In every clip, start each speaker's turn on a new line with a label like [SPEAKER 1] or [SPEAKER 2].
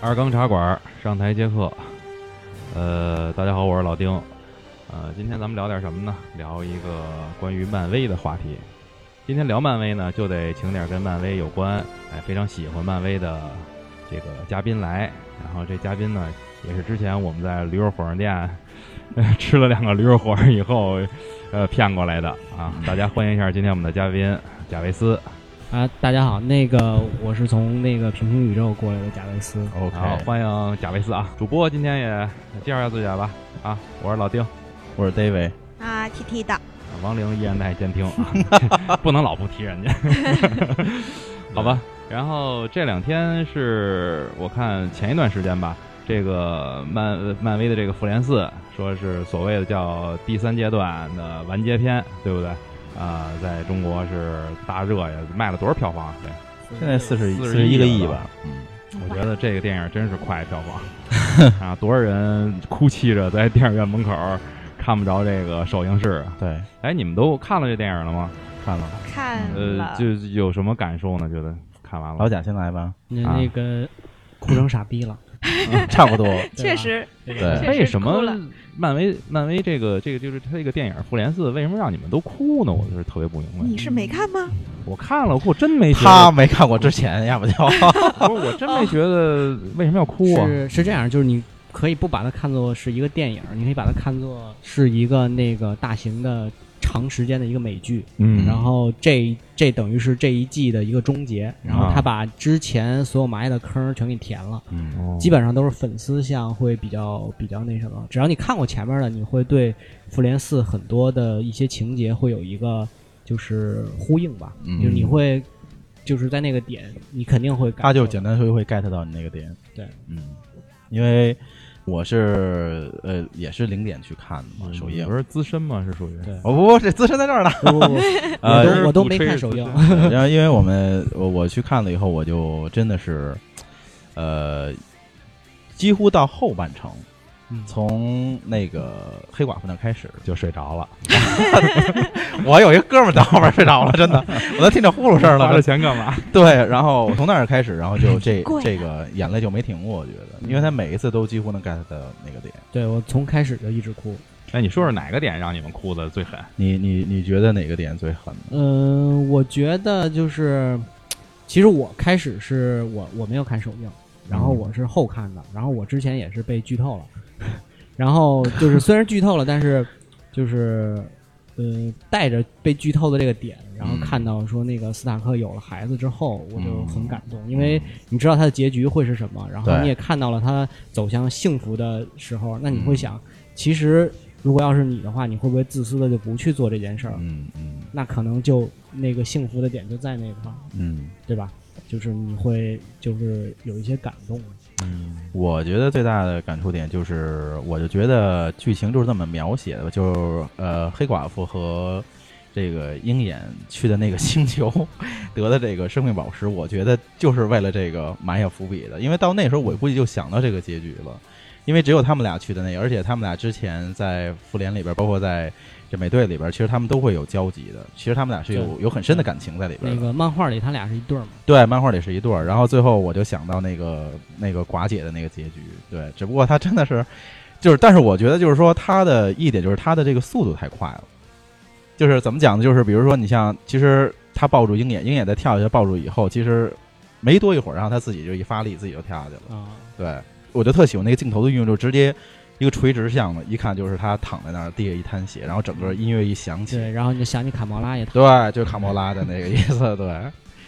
[SPEAKER 1] 二更茶馆上台接客。呃，大家好，我是老丁。呃，今天咱们聊点什么呢？聊一个关于漫威的话题。今天聊漫威呢，就得请点跟漫威有关，哎，非常喜欢漫威的这个嘉宾来。然后这嘉宾呢，也是之前我们在驴肉火锅店、 呃吃了两个驴肉火锅以后，呃，骗过来的啊。大家欢迎一下今天我们的嘉宾贾维斯。
[SPEAKER 2] 啊，大家好，那个我是从那个平行宇宙过来的贾维斯。
[SPEAKER 3] OK，
[SPEAKER 1] 好，欢迎贾维斯啊！主播今天也介绍一下自己吧啊，我是老丁，
[SPEAKER 3] 我是 David，
[SPEAKER 4] 啊，T T 的，
[SPEAKER 1] 王玲依然在监听啊， 不能老不提人家，好吧？然后这两天是我看前一段时间吧，这个漫漫威的这个复联四，说是所谓的叫第三阶段的完结篇，对不对？啊、在中国是大热呀，卖了多少票房啊？这
[SPEAKER 3] 现在四十
[SPEAKER 1] 41
[SPEAKER 3] 四十一个亿
[SPEAKER 1] 了
[SPEAKER 3] 吧
[SPEAKER 1] 吧，我觉得这个电影真是快票房啊！多少人哭泣着在电影院门口看不着这个首映式啊？
[SPEAKER 3] 对，
[SPEAKER 1] 哎，你们都看了这电影了吗？
[SPEAKER 3] 看了。
[SPEAKER 4] 看
[SPEAKER 1] 呃
[SPEAKER 4] 了，，
[SPEAKER 1] 就有什么感受呢？觉得看完
[SPEAKER 3] 老
[SPEAKER 1] 了，
[SPEAKER 3] 贾先来 吧，
[SPEAKER 2] 那
[SPEAKER 1] 啊
[SPEAKER 2] 那个哭成傻 逼了，
[SPEAKER 3] 差不多。
[SPEAKER 2] 对
[SPEAKER 4] 确
[SPEAKER 2] 吧
[SPEAKER 4] 实，
[SPEAKER 3] 对，
[SPEAKER 4] 确实
[SPEAKER 1] 为什么
[SPEAKER 4] 哭了
[SPEAKER 1] 漫威漫威这个这个就是他这个电影《复联四》为什么让你们都哭呢？我就是特别不明白。
[SPEAKER 4] 你是没看吗？
[SPEAKER 1] 我看了，我真没觉
[SPEAKER 3] 他
[SPEAKER 1] 得，
[SPEAKER 3] 没看过之前，要不就
[SPEAKER 1] 不是我真没觉得为什么要哭啊？
[SPEAKER 2] 是是这样，就是你可以不把它看作是一个电影，你可以把它看作是一个那个大型的长时间的一个美剧。
[SPEAKER 1] 嗯
[SPEAKER 2] 然后这这等于是这一季的一个终结，然
[SPEAKER 1] 啊
[SPEAKER 2] 后他把之前所有埋的坑儿全给填了。
[SPEAKER 3] 嗯
[SPEAKER 1] 哦
[SPEAKER 2] 基本上都是粉丝向会比较比较那什么。只要你看过前面的，你会对复联四很多的一些情节会有一个就是呼应吧，
[SPEAKER 3] 嗯
[SPEAKER 2] 就是你会就是在那个点，你肯定会感
[SPEAKER 3] 他就
[SPEAKER 2] 受
[SPEAKER 3] 简单说会 get 到你那个点。
[SPEAKER 2] 对，
[SPEAKER 3] 嗯，因为我是呃也是零点去看的嘛，首
[SPEAKER 1] 你
[SPEAKER 3] 映
[SPEAKER 1] 不。是资深吗？是属于
[SPEAKER 2] 对。
[SPEAKER 3] 哦嗯不，这资深在这儿呢。
[SPEAKER 2] 不不不，
[SPEAKER 3] 呃
[SPEAKER 2] 我
[SPEAKER 3] 就是
[SPEAKER 2] 都我都
[SPEAKER 1] 主
[SPEAKER 2] 没
[SPEAKER 1] 持
[SPEAKER 2] 看啊
[SPEAKER 1] 人
[SPEAKER 2] 首
[SPEAKER 1] 自
[SPEAKER 2] 映，
[SPEAKER 3] 然后因为我们我我去看了以后，我就真的是，呃，几乎到后半程，
[SPEAKER 2] 嗯
[SPEAKER 3] 从那个黑寡妇那开始，
[SPEAKER 1] 就睡着 了，
[SPEAKER 3] 我有一哥们儿在后面睡着了，真 的， 我都听着呼噜声了
[SPEAKER 1] 花。这钱干嘛？
[SPEAKER 3] 对，然后从那儿开始，然后就这
[SPEAKER 4] 贵啊
[SPEAKER 3] 这个眼泪就没停过，我觉得，因为他每一次都几乎能 get 到那个点。
[SPEAKER 2] 对我从开始就一直哭。
[SPEAKER 1] 哎，你说说哪个点让你们哭的最狠？
[SPEAKER 3] 你你你觉得哪个点最狠呢？
[SPEAKER 2] 嗯、我觉得就是，其实我开始是我我没有看首映，然
[SPEAKER 3] 嗯
[SPEAKER 2] 后我是后看的，然后我之前也是被剧透了， 然后就是虽然剧透了，但是就是呃带着被剧透的这个点，然后
[SPEAKER 3] 嗯
[SPEAKER 2] 看到说那个斯塔克有了孩子之后，我就
[SPEAKER 3] 嗯
[SPEAKER 2] 很感动，因为你知道他的结局会是什么，然后
[SPEAKER 3] 对
[SPEAKER 2] 你也看到了他走向幸福的时候，那你
[SPEAKER 3] 嗯
[SPEAKER 2] 会想，其实如果要是你的话，你会不会自私的就不去做这件事儿？
[SPEAKER 3] 嗯嗯
[SPEAKER 2] 那可能就那个幸福的点就在那块儿，
[SPEAKER 3] 嗯
[SPEAKER 2] 对吧？就是你会就是有一些感动，
[SPEAKER 3] 嗯，我觉得最大的感触点就是，我就觉得剧情就是这么描写的，就是呃，黑寡妇和这个鹰眼去的那个星球得的这个生命宝石，我觉得就是为了这个埋下伏笔的，因为到那时候我估计就想到这个结局了。因为只有他们俩去的那，而且他们俩之前在复联里边，包括在这美队里边，其实他们都会有交集的。其实他们俩是有有很深的感情在里边
[SPEAKER 2] 那
[SPEAKER 3] 的。
[SPEAKER 2] 个漫画里他俩是一对儿嘛，
[SPEAKER 3] 对，漫画里是一对儿，然后最后我就想到那个那个寡姐的那个结局，对，只不过她真的是，就是，但是我觉得就是说她的一点就是她的这个速度太快了，就是怎么讲呢？就是比如说你像，其实她抱住鹰眼，鹰眼在跳下去抱住以后，其实没多一会儿，然后她自己就一发力，自己就跳下去了。
[SPEAKER 2] 啊，
[SPEAKER 3] 对，我就特喜欢那个镜头的运用，就直接一个垂直向的，一看就是她躺在那儿，地下一滩血，然后整个音乐一响起，
[SPEAKER 2] 对，然后你就想起卡毛拉也他，
[SPEAKER 3] 对，就是卡莫拉的那个意思，对。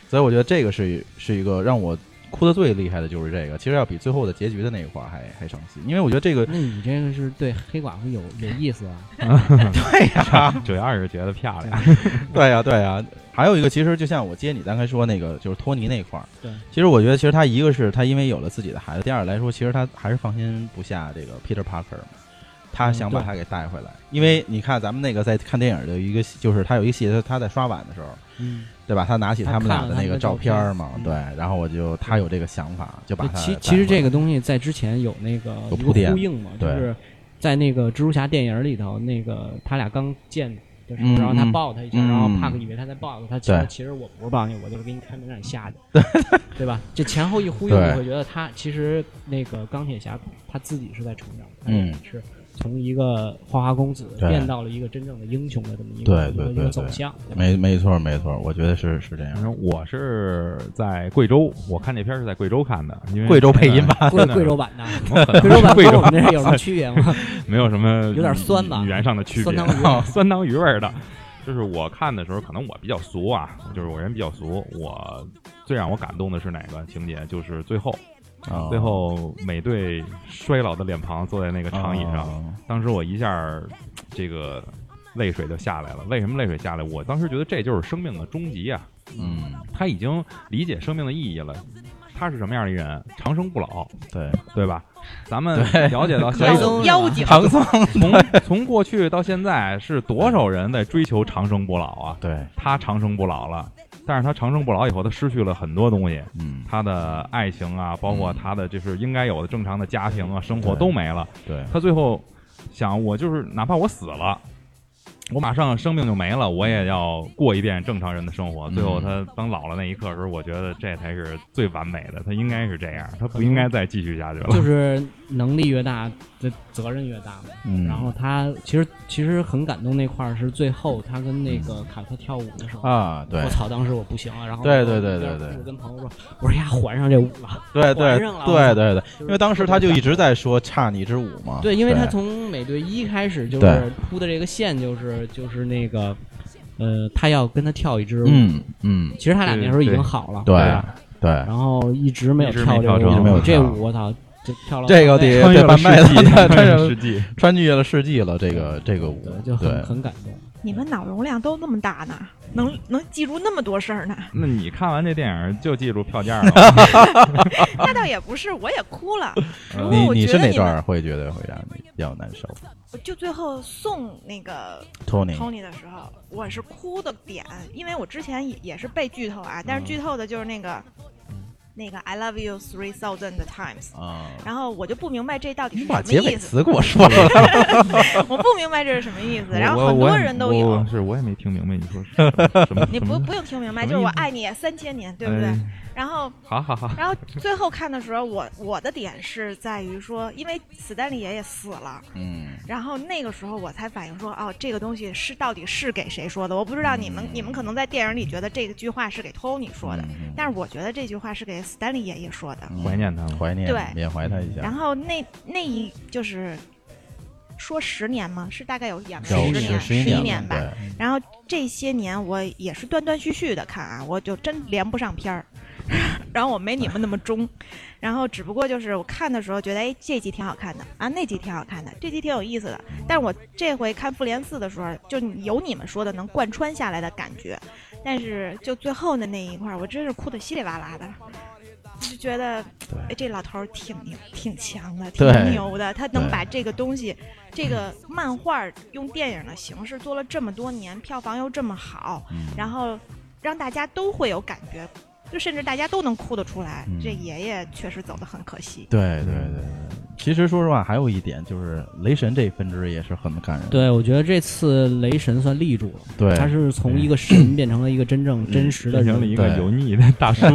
[SPEAKER 3] 所以我觉得这个是是一个让我哭的最厉害的，就是这个。其实要比最后的结局的那一块儿还还伤心，因为我觉得这个
[SPEAKER 2] 那你这个是对黑寡妇有有意思啊？
[SPEAKER 3] 对呀、
[SPEAKER 1] 主要是觉得漂亮。
[SPEAKER 3] 对呀、对呀、还有一个，其实就像我接你刚才说那个，就是托尼那块儿。
[SPEAKER 2] 对，
[SPEAKER 3] 其实我觉得，其实他一个是他因为有了自己的孩子，第二来说，其实他还是放心不下这个 Peter Parker 嘛他想把
[SPEAKER 2] 嗯对
[SPEAKER 3] 他给带回来。因为你看咱们那个在看电影的一个戏，就是他有一个戏，他他在刷碗的时候，
[SPEAKER 2] 嗯，
[SPEAKER 3] 对吧？他拿起他们俩的那个照片儿嘛，
[SPEAKER 2] 他看了他们的照
[SPEAKER 3] 对
[SPEAKER 2] 片，嗯
[SPEAKER 3] 然后我就他有这个想法，就把
[SPEAKER 2] 对
[SPEAKER 3] 他
[SPEAKER 2] 其其实这
[SPEAKER 3] 个
[SPEAKER 2] 个东西在之前有那个
[SPEAKER 3] 有
[SPEAKER 2] 一
[SPEAKER 3] 铺
[SPEAKER 2] 个
[SPEAKER 3] 垫
[SPEAKER 2] 呼应嘛，就
[SPEAKER 3] 对
[SPEAKER 2] 是在那个蜘蛛侠电影里头，那个他俩刚见就是不让他
[SPEAKER 3] 嗯嗯
[SPEAKER 2] 抱他一下，
[SPEAKER 3] 嗯
[SPEAKER 2] 然后帕克以为他在抱他，他其实
[SPEAKER 3] 对
[SPEAKER 2] 其实我不是抱你，我就是给你开门让你下去，对吧？这前后一呼应，
[SPEAKER 3] 对
[SPEAKER 2] 我会觉得他其实那个钢铁侠他自己是在成长，他
[SPEAKER 3] 嗯
[SPEAKER 2] 也是从一个花花公子
[SPEAKER 3] 对
[SPEAKER 2] 变到了一个真正的英雄的这么一
[SPEAKER 3] 对
[SPEAKER 2] 个一
[SPEAKER 3] 对
[SPEAKER 2] 个一
[SPEAKER 3] 对
[SPEAKER 2] 个走
[SPEAKER 3] 对
[SPEAKER 2] 向，对吧
[SPEAKER 3] 没没错没错，我觉得是是这
[SPEAKER 1] 反
[SPEAKER 3] 样。
[SPEAKER 1] 正 我是在贵州，我看这片儿是在贵州看的，因为
[SPEAKER 3] 贵州配音 吧
[SPEAKER 2] 贵
[SPEAKER 1] 真的
[SPEAKER 2] 贵州版 的，
[SPEAKER 1] 怎么可能
[SPEAKER 2] 贵州版
[SPEAKER 1] 贵
[SPEAKER 2] 跟
[SPEAKER 1] 州
[SPEAKER 2] 我们这儿有什么区别吗？
[SPEAKER 1] 没有什么
[SPEAKER 2] 有点酸吧
[SPEAKER 1] 语言上的区别，
[SPEAKER 2] 酸汤 鱼味
[SPEAKER 3] 哦
[SPEAKER 2] 儿
[SPEAKER 1] 酸汤鱼味儿的。就是我看的时候，可能我比较俗啊，就是我人比较俗。我最让我感动的是哪个情节？就是最后，
[SPEAKER 2] 嗯
[SPEAKER 3] 啊
[SPEAKER 1] 最后美队衰老的脸庞坐在那个长椅上，
[SPEAKER 3] 啊
[SPEAKER 1] 当时我一下儿这个泪水就下来了。为什么泪水下来？我当时觉得这就是生命的终极啊！
[SPEAKER 3] 嗯，
[SPEAKER 1] 他已经理解生命的意义了。他是什么样的一人？长生不老，
[SPEAKER 3] 对，
[SPEAKER 1] 对吧？咱们了解到现在
[SPEAKER 2] 以
[SPEAKER 4] 妖妖精，
[SPEAKER 3] 唐僧，
[SPEAKER 1] 从从过去到现在，是多少人在追求长生不老啊？
[SPEAKER 3] 对，
[SPEAKER 1] 他长生不老了，但是他长生不老以后，他失去了很多东西，
[SPEAKER 3] 嗯，
[SPEAKER 1] 他的爱情啊，包括
[SPEAKER 3] 嗯
[SPEAKER 1] 他的就是应该有的正常的家庭啊、生活
[SPEAKER 3] 对
[SPEAKER 1] 都没了。
[SPEAKER 3] 对，
[SPEAKER 1] 他最后想，我就是哪怕我死了，我马上生命就没了，我也要过一遍正常人的生活。
[SPEAKER 3] 嗯
[SPEAKER 1] 最后他当老了那一刻的时候，我觉得这才是最完美的，他应该是这样，他不应该再继续下去了。
[SPEAKER 2] 就是能力越大，这责任越大嘛。
[SPEAKER 3] 嗯，
[SPEAKER 2] 然后他其实其实很感动那块儿是最后他跟那个卡特跳舞的时候，
[SPEAKER 3] 啊，对
[SPEAKER 2] 我，操，当时我不行了，然后
[SPEAKER 3] 对对对
[SPEAKER 2] 我跟
[SPEAKER 3] 对对
[SPEAKER 2] 我跟朋友说，我说呀，还上这舞了，
[SPEAKER 3] 对对
[SPEAKER 2] 还
[SPEAKER 3] 对
[SPEAKER 2] 上了
[SPEAKER 3] 对对对，
[SPEAKER 2] 因
[SPEAKER 3] 因为当时他就一直在说差你一支舞嘛，
[SPEAKER 2] 对，因为他从美队一开始就
[SPEAKER 3] 啊对
[SPEAKER 2] 是铺的这个线就是就是那个呃，他要跟他跳一支舞，
[SPEAKER 3] 嗯嗯，
[SPEAKER 2] 其实他俩那时候已经好了，
[SPEAKER 3] 对
[SPEAKER 1] 对
[SPEAKER 3] 对，
[SPEAKER 2] 啊然后一直没有
[SPEAKER 1] 一直
[SPEAKER 2] 跳
[SPEAKER 1] 没
[SPEAKER 2] 这个
[SPEAKER 1] 跳成
[SPEAKER 2] 舞，这
[SPEAKER 3] 一直没有
[SPEAKER 2] 舞我操，这跳了
[SPEAKER 3] 这个
[SPEAKER 2] 半辈
[SPEAKER 3] 得
[SPEAKER 2] 子
[SPEAKER 1] 穿越了
[SPEAKER 3] 半
[SPEAKER 1] 世纪，穿
[SPEAKER 3] 辈子对
[SPEAKER 1] 越
[SPEAKER 3] 对
[SPEAKER 1] 了世纪，
[SPEAKER 3] 穿越了世纪了，这个这个舞
[SPEAKER 2] 对，就
[SPEAKER 3] 对
[SPEAKER 2] 很很感动。
[SPEAKER 4] 你们脑容量都那么大呢，能能记住那么多事儿呢？
[SPEAKER 1] 那你看完这电影就记住票价了？ 嗯
[SPEAKER 4] 那倒也不是，我也哭了。
[SPEAKER 2] 哦
[SPEAKER 4] 如果
[SPEAKER 3] 你
[SPEAKER 4] 我
[SPEAKER 3] 你
[SPEAKER 4] 觉
[SPEAKER 3] 是
[SPEAKER 4] 得
[SPEAKER 3] 哪
[SPEAKER 4] 你
[SPEAKER 3] 段
[SPEAKER 4] 们
[SPEAKER 3] 儿会觉得会让你比较难受
[SPEAKER 4] 就最后送那个
[SPEAKER 3] ？Tony，
[SPEAKER 4] Tony 的时候，我是哭的点，因为我之前也也是被剧透啊，但
[SPEAKER 3] 嗯
[SPEAKER 4] 是剧透的就是那个那个 I love you three thousand times。
[SPEAKER 3] 啊，
[SPEAKER 4] 然后我就不明白这到底
[SPEAKER 3] 你
[SPEAKER 4] 是
[SPEAKER 3] 把
[SPEAKER 4] 什
[SPEAKER 3] 结
[SPEAKER 4] 么
[SPEAKER 3] 尾
[SPEAKER 4] 意思，
[SPEAKER 3] 词给我说了，
[SPEAKER 4] 我不明白这是什么意思。然后
[SPEAKER 1] 我
[SPEAKER 4] 很多人都
[SPEAKER 1] 我
[SPEAKER 4] 有
[SPEAKER 1] 我，是我也没听明白你说 是什么什么。
[SPEAKER 4] 你不不用听明白，
[SPEAKER 1] 什么
[SPEAKER 4] 就是我
[SPEAKER 1] 意思
[SPEAKER 4] 爱你三千年，对不对？
[SPEAKER 1] 哎
[SPEAKER 4] 然后
[SPEAKER 1] 好好好，
[SPEAKER 4] 然后最后看的时候，我我的点是在于说，因为斯丹利爷爷死了，
[SPEAKER 3] 嗯，
[SPEAKER 4] 然后那个时候我才反应说，哦，这个东西是到底是给谁说的？我不知道你们、
[SPEAKER 3] 嗯
[SPEAKER 4] 你们可能在电影里觉得这个句话是给托尼说的，
[SPEAKER 3] 嗯
[SPEAKER 4] 但是我觉得这句话是给斯丹利爷爷说的。
[SPEAKER 3] 嗯
[SPEAKER 1] 怀念他了。
[SPEAKER 3] 怀念
[SPEAKER 4] 对
[SPEAKER 3] 缅怀他一下
[SPEAKER 4] 然，后那那一就是说十年吗？是大概有两
[SPEAKER 2] 有
[SPEAKER 4] 十
[SPEAKER 2] 十
[SPEAKER 4] 年、
[SPEAKER 3] 十
[SPEAKER 4] 一
[SPEAKER 3] 一
[SPEAKER 4] 年吧。
[SPEAKER 3] 了，
[SPEAKER 4] 然后这些年我也是断断续续的看啊，我就真连不上片儿， 然后我没你们那么中，然后只不过就是我看的时候觉得，哎，这集挺好看的啊，那集挺好看的，这集挺有意思的。但是我这回看《复联四》的时候，就有你们说的能贯穿下来的感觉，但是就最后的那一块儿，我真是哭得稀里哇啦的。就觉得，
[SPEAKER 3] 对
[SPEAKER 4] 哎，这老头儿挺牛，挺强的，挺
[SPEAKER 3] 对
[SPEAKER 4] 牛的。他能
[SPEAKER 3] 对
[SPEAKER 4] 把这个东西，这个漫画儿用电影的形式做了这么多年，票房又这么好，
[SPEAKER 3] 对，嗯
[SPEAKER 4] 然后让大家都会有感觉，就甚至大家都能哭得出来。
[SPEAKER 3] 嗯
[SPEAKER 4] 这爷爷确实走得很可惜。
[SPEAKER 3] 对对对对。其实说实话，还有一点就是雷神这分支也是很感人的，
[SPEAKER 2] 对，我觉得这次雷神算立住了，
[SPEAKER 3] 对嗯
[SPEAKER 2] 他是从一个神变成了一个真正真实的
[SPEAKER 1] 变成了
[SPEAKER 2] 人，
[SPEAKER 1] 一个
[SPEAKER 3] 对
[SPEAKER 1] 油腻的大叔，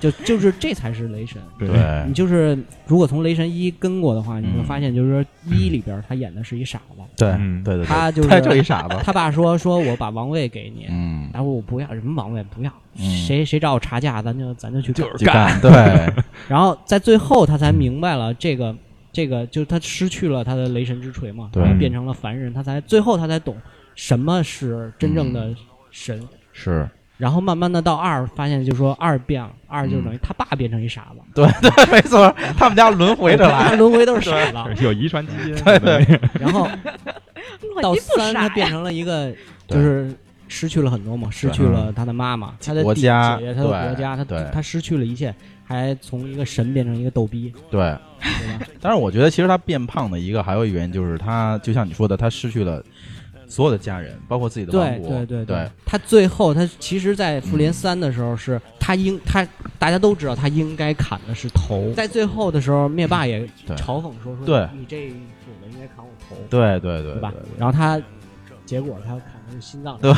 [SPEAKER 2] 就就是这才是雷神。
[SPEAKER 1] 对
[SPEAKER 2] 你
[SPEAKER 3] 对
[SPEAKER 2] 就是如果从雷神一跟过的话，你会
[SPEAKER 3] 嗯
[SPEAKER 2] 发现就是说一里边他演的是一傻子，
[SPEAKER 3] 对
[SPEAKER 1] 嗯
[SPEAKER 3] 对对，
[SPEAKER 2] 他就是
[SPEAKER 3] 他就一傻子，
[SPEAKER 2] 他爸说说我把王位给你，
[SPEAKER 3] 嗯，
[SPEAKER 2] 然后我不要什么王位不要，
[SPEAKER 3] 嗯
[SPEAKER 2] 谁谁找我查价咱就咱就去搞。
[SPEAKER 1] 是
[SPEAKER 3] 就嗯干， 对，
[SPEAKER 2] 然后在最后他才明白了这个这个就是他失去了他的雷神之锤嘛，
[SPEAKER 3] 对
[SPEAKER 1] 嗯
[SPEAKER 2] 然后变成了凡人，他才最后他才懂什么是真正
[SPEAKER 3] 嗯
[SPEAKER 2] 的神。
[SPEAKER 3] 是，
[SPEAKER 2] 然后慢慢的到二，发现就是说二变了，二就等
[SPEAKER 3] 嗯
[SPEAKER 2] 于他爸变成一傻子，
[SPEAKER 3] 对对， 没错，他们家轮回着来，
[SPEAKER 2] 他轮回都是傻
[SPEAKER 3] 啊
[SPEAKER 2] 子。
[SPEAKER 1] 有遗传基因。对对
[SPEAKER 2] 然 后 到
[SPEAKER 4] 洛基不
[SPEAKER 2] 三，
[SPEAKER 4] 傻
[SPEAKER 2] 他变
[SPEAKER 4] 呀，
[SPEAKER 2] 成了一个
[SPEAKER 3] 对嗯
[SPEAKER 2] 就是失去了很多嘛，失去了他的妈妈，他的
[SPEAKER 3] 国
[SPEAKER 2] 弟
[SPEAKER 3] 家
[SPEAKER 2] 姐姐，他的
[SPEAKER 3] 对
[SPEAKER 2] 国家，他
[SPEAKER 3] 对
[SPEAKER 2] 他失去了一切，还从一个神变成一个逗逼，
[SPEAKER 3] 对，
[SPEAKER 2] 对吧？
[SPEAKER 3] 但是我觉得，其实他变胖的一个还有一原因就是他，就像你说的，他失去了所有的家人，包括自己的王
[SPEAKER 2] 对
[SPEAKER 3] 国。
[SPEAKER 2] 对对
[SPEAKER 3] 对，
[SPEAKER 2] 他最后他其实，在复联三的时候是他应他大家都知道他应该砍的是头，在最后的时候，灭霸也
[SPEAKER 3] 对
[SPEAKER 2] 嘲讽说说
[SPEAKER 3] 对
[SPEAKER 2] 你这斧子应该砍我头，
[SPEAKER 3] 对对对
[SPEAKER 2] 对吧
[SPEAKER 3] 对？
[SPEAKER 2] 然后他结果他可能是心脏，
[SPEAKER 3] 对，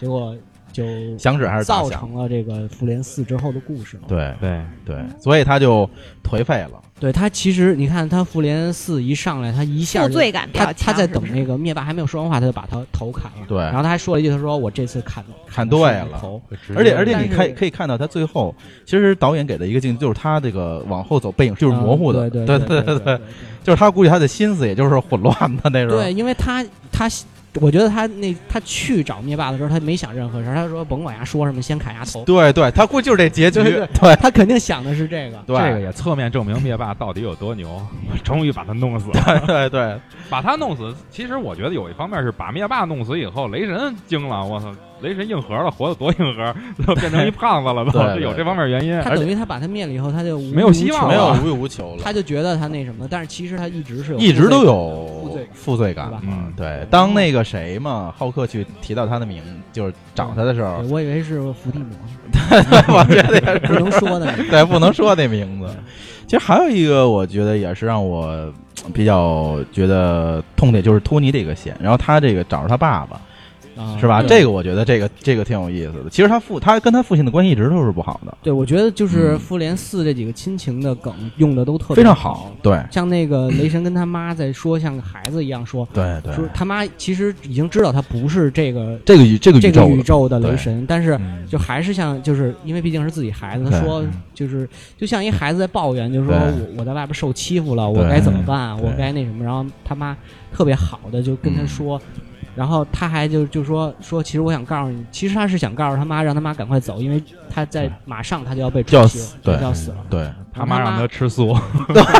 [SPEAKER 2] 结果就
[SPEAKER 3] 响指还是打
[SPEAKER 2] 造
[SPEAKER 3] 响
[SPEAKER 2] 成？了这个复联四之后的故事。
[SPEAKER 3] 对
[SPEAKER 1] 对，
[SPEAKER 3] 对，所以他就颓废了。
[SPEAKER 2] 对，他其实你看他复联四一上来，他一下
[SPEAKER 4] 负
[SPEAKER 2] 就
[SPEAKER 4] 罪感比
[SPEAKER 2] 他
[SPEAKER 4] 较强。
[SPEAKER 2] 他在
[SPEAKER 4] 是不
[SPEAKER 2] 等
[SPEAKER 4] 是
[SPEAKER 2] 那个灭霸还没有说完话，他就把他头砍了。
[SPEAKER 3] 对
[SPEAKER 2] 然后他还说了一句：“他说我这次砍
[SPEAKER 3] 砍
[SPEAKER 2] 的
[SPEAKER 3] 对
[SPEAKER 2] 是你的
[SPEAKER 3] 了
[SPEAKER 2] 头。
[SPEAKER 3] 而且而且
[SPEAKER 4] 但
[SPEAKER 3] 你看
[SPEAKER 4] 是
[SPEAKER 3] 可以看到他最后，其实导演给的一个镜头就是他这个往后走背影就是模糊的，
[SPEAKER 2] 嗯对
[SPEAKER 3] 对
[SPEAKER 2] 对
[SPEAKER 3] 对
[SPEAKER 2] 对，
[SPEAKER 3] 就是他估计他的心思也就是混乱的那时候，
[SPEAKER 2] 对，因为他他，我觉得他那他去找灭霸的时候，他没想任何事儿，他说甭管他说什么，先砍丫头。
[SPEAKER 3] 对对，他估计就是这结局，
[SPEAKER 2] 对
[SPEAKER 3] 对
[SPEAKER 2] 对他肯定想的是这个。
[SPEAKER 1] 这 个
[SPEAKER 3] 对
[SPEAKER 1] 也侧面证明灭霸到底有多牛。我终于把他弄死了，
[SPEAKER 3] 对对
[SPEAKER 1] 把他弄死。其实我觉得有一方面是把灭霸弄死以后，雷神惊了，我操，雷神硬核了，活得多硬核， 都变成一胖子了
[SPEAKER 3] 对对
[SPEAKER 1] 都，
[SPEAKER 3] 对
[SPEAKER 1] 是有这方面原因。
[SPEAKER 2] 他等于他把他灭了以后，他就无
[SPEAKER 1] 没有
[SPEAKER 2] 欲
[SPEAKER 1] 希
[SPEAKER 2] 无
[SPEAKER 1] 望了
[SPEAKER 2] 求
[SPEAKER 3] 没有
[SPEAKER 2] 了，
[SPEAKER 3] 无欲无求
[SPEAKER 2] 啊
[SPEAKER 3] 了，
[SPEAKER 2] 他就觉得他那什么，但是其实他一直是有
[SPEAKER 3] 一直都
[SPEAKER 2] 负
[SPEAKER 3] 有
[SPEAKER 2] 罪感
[SPEAKER 3] 负罪感
[SPEAKER 2] 对吧。
[SPEAKER 1] 嗯，
[SPEAKER 3] 对，当那个谁嘛，浩克去提到他的名，就是找他的时
[SPEAKER 2] 对
[SPEAKER 3] 候，
[SPEAKER 2] 我以为是伏地魔，
[SPEAKER 3] 我觉得也
[SPEAKER 2] 不
[SPEAKER 3] 是
[SPEAKER 2] 能说的。
[SPEAKER 3] 对，不能说那名字。其实还有一个，我觉得也是让我呃比较觉得痛点，就是托尼这个线。然后他这个找着他爸爸，
[SPEAKER 2] 啊
[SPEAKER 3] 是吧？
[SPEAKER 2] 对
[SPEAKER 3] 这个我觉得这个这个挺有意思的。其实他父他跟他父亲的关系一直都是不好的，
[SPEAKER 2] 对，我觉得就是
[SPEAKER 3] 嗯
[SPEAKER 2] 复联四这几个亲情的梗用的都
[SPEAKER 1] 嗯
[SPEAKER 2] 特别
[SPEAKER 3] 非常好。对
[SPEAKER 2] 像那个雷神跟他妈在说，像个孩子一样说，
[SPEAKER 3] 对对
[SPEAKER 2] 说他妈其实已经知道他不是这个
[SPEAKER 3] 这个宇这个
[SPEAKER 2] 这
[SPEAKER 3] 宇
[SPEAKER 2] 个
[SPEAKER 3] 宙
[SPEAKER 2] 宇宙的雷
[SPEAKER 3] 对
[SPEAKER 2] 神，但是
[SPEAKER 3] 嗯
[SPEAKER 2] 就还是像就是因为毕竟是自己孩子，他
[SPEAKER 3] 对
[SPEAKER 2] 说就是就像一孩子在抱怨，就是说
[SPEAKER 3] 对
[SPEAKER 2] 我我在外边受欺负了，我
[SPEAKER 3] 对
[SPEAKER 2] 该怎么办？啊我
[SPEAKER 3] 对
[SPEAKER 2] 该那什么？然后他妈特别好的就跟他
[SPEAKER 3] 嗯
[SPEAKER 2] 说。然后他还就就说说，其实我想告诉你，其实他是想告诉他妈，让他妈赶快走，因为他在
[SPEAKER 1] 对
[SPEAKER 2] 马上他就要被
[SPEAKER 3] 就
[SPEAKER 2] 处
[SPEAKER 3] 要
[SPEAKER 2] 刑
[SPEAKER 3] 死，
[SPEAKER 2] 就
[SPEAKER 3] 对
[SPEAKER 2] 要死了。
[SPEAKER 3] 对
[SPEAKER 1] 他妈让他吃素，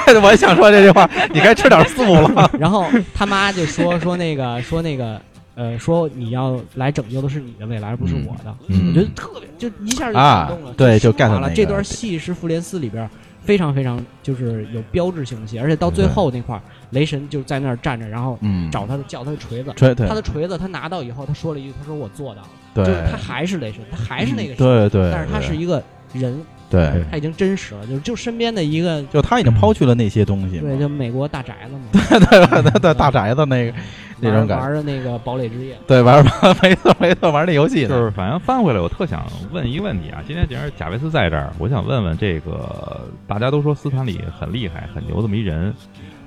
[SPEAKER 3] 对，我也想说这句话，你该吃点素 了。
[SPEAKER 2] 然后他妈就说说那个说那个呃说你要来拯救的是你的未来，而不是我的。
[SPEAKER 3] 嗯
[SPEAKER 2] 我觉得特别就一下就
[SPEAKER 3] 啊
[SPEAKER 2] 感动了，
[SPEAKER 3] 对
[SPEAKER 2] 就
[SPEAKER 3] 就
[SPEAKER 2] 升华
[SPEAKER 3] get
[SPEAKER 2] 了。
[SPEAKER 3] 那
[SPEAKER 2] 这
[SPEAKER 3] 个
[SPEAKER 2] 段戏是《复联四》里边非常非常就是有标志性的戏，而且到最后那块儿，雷神就在那儿站着，然后
[SPEAKER 3] 嗯，
[SPEAKER 2] 找他的叫他的锤子。
[SPEAKER 3] 对对
[SPEAKER 2] 他的锤子他拿到以后，他说了一句：“他说我做到了。”
[SPEAKER 3] 对嗯
[SPEAKER 2] 就是他还是雷神，他还是那个神，
[SPEAKER 3] 对对，
[SPEAKER 2] 但是他
[SPEAKER 3] 对
[SPEAKER 2] 是一个人，
[SPEAKER 3] 对，
[SPEAKER 2] 他已经真实了，就是就身边的一个
[SPEAKER 3] 就他已经抛去了那些东西嘛，
[SPEAKER 2] 对， 就美国大宅子嘛，
[SPEAKER 3] 对吧？他的大宅子那个那种
[SPEAKER 2] 玩
[SPEAKER 3] 感觉，
[SPEAKER 2] 玩的那个堡垒之夜。
[SPEAKER 3] 对，玩玩 没错没错，玩那游戏呢
[SPEAKER 1] 就是反正翻回来，我特想问一个问题啊。今天既然贾维斯在这儿，我想问问这个，大家都说斯坦李很厉害，很牛这么一人，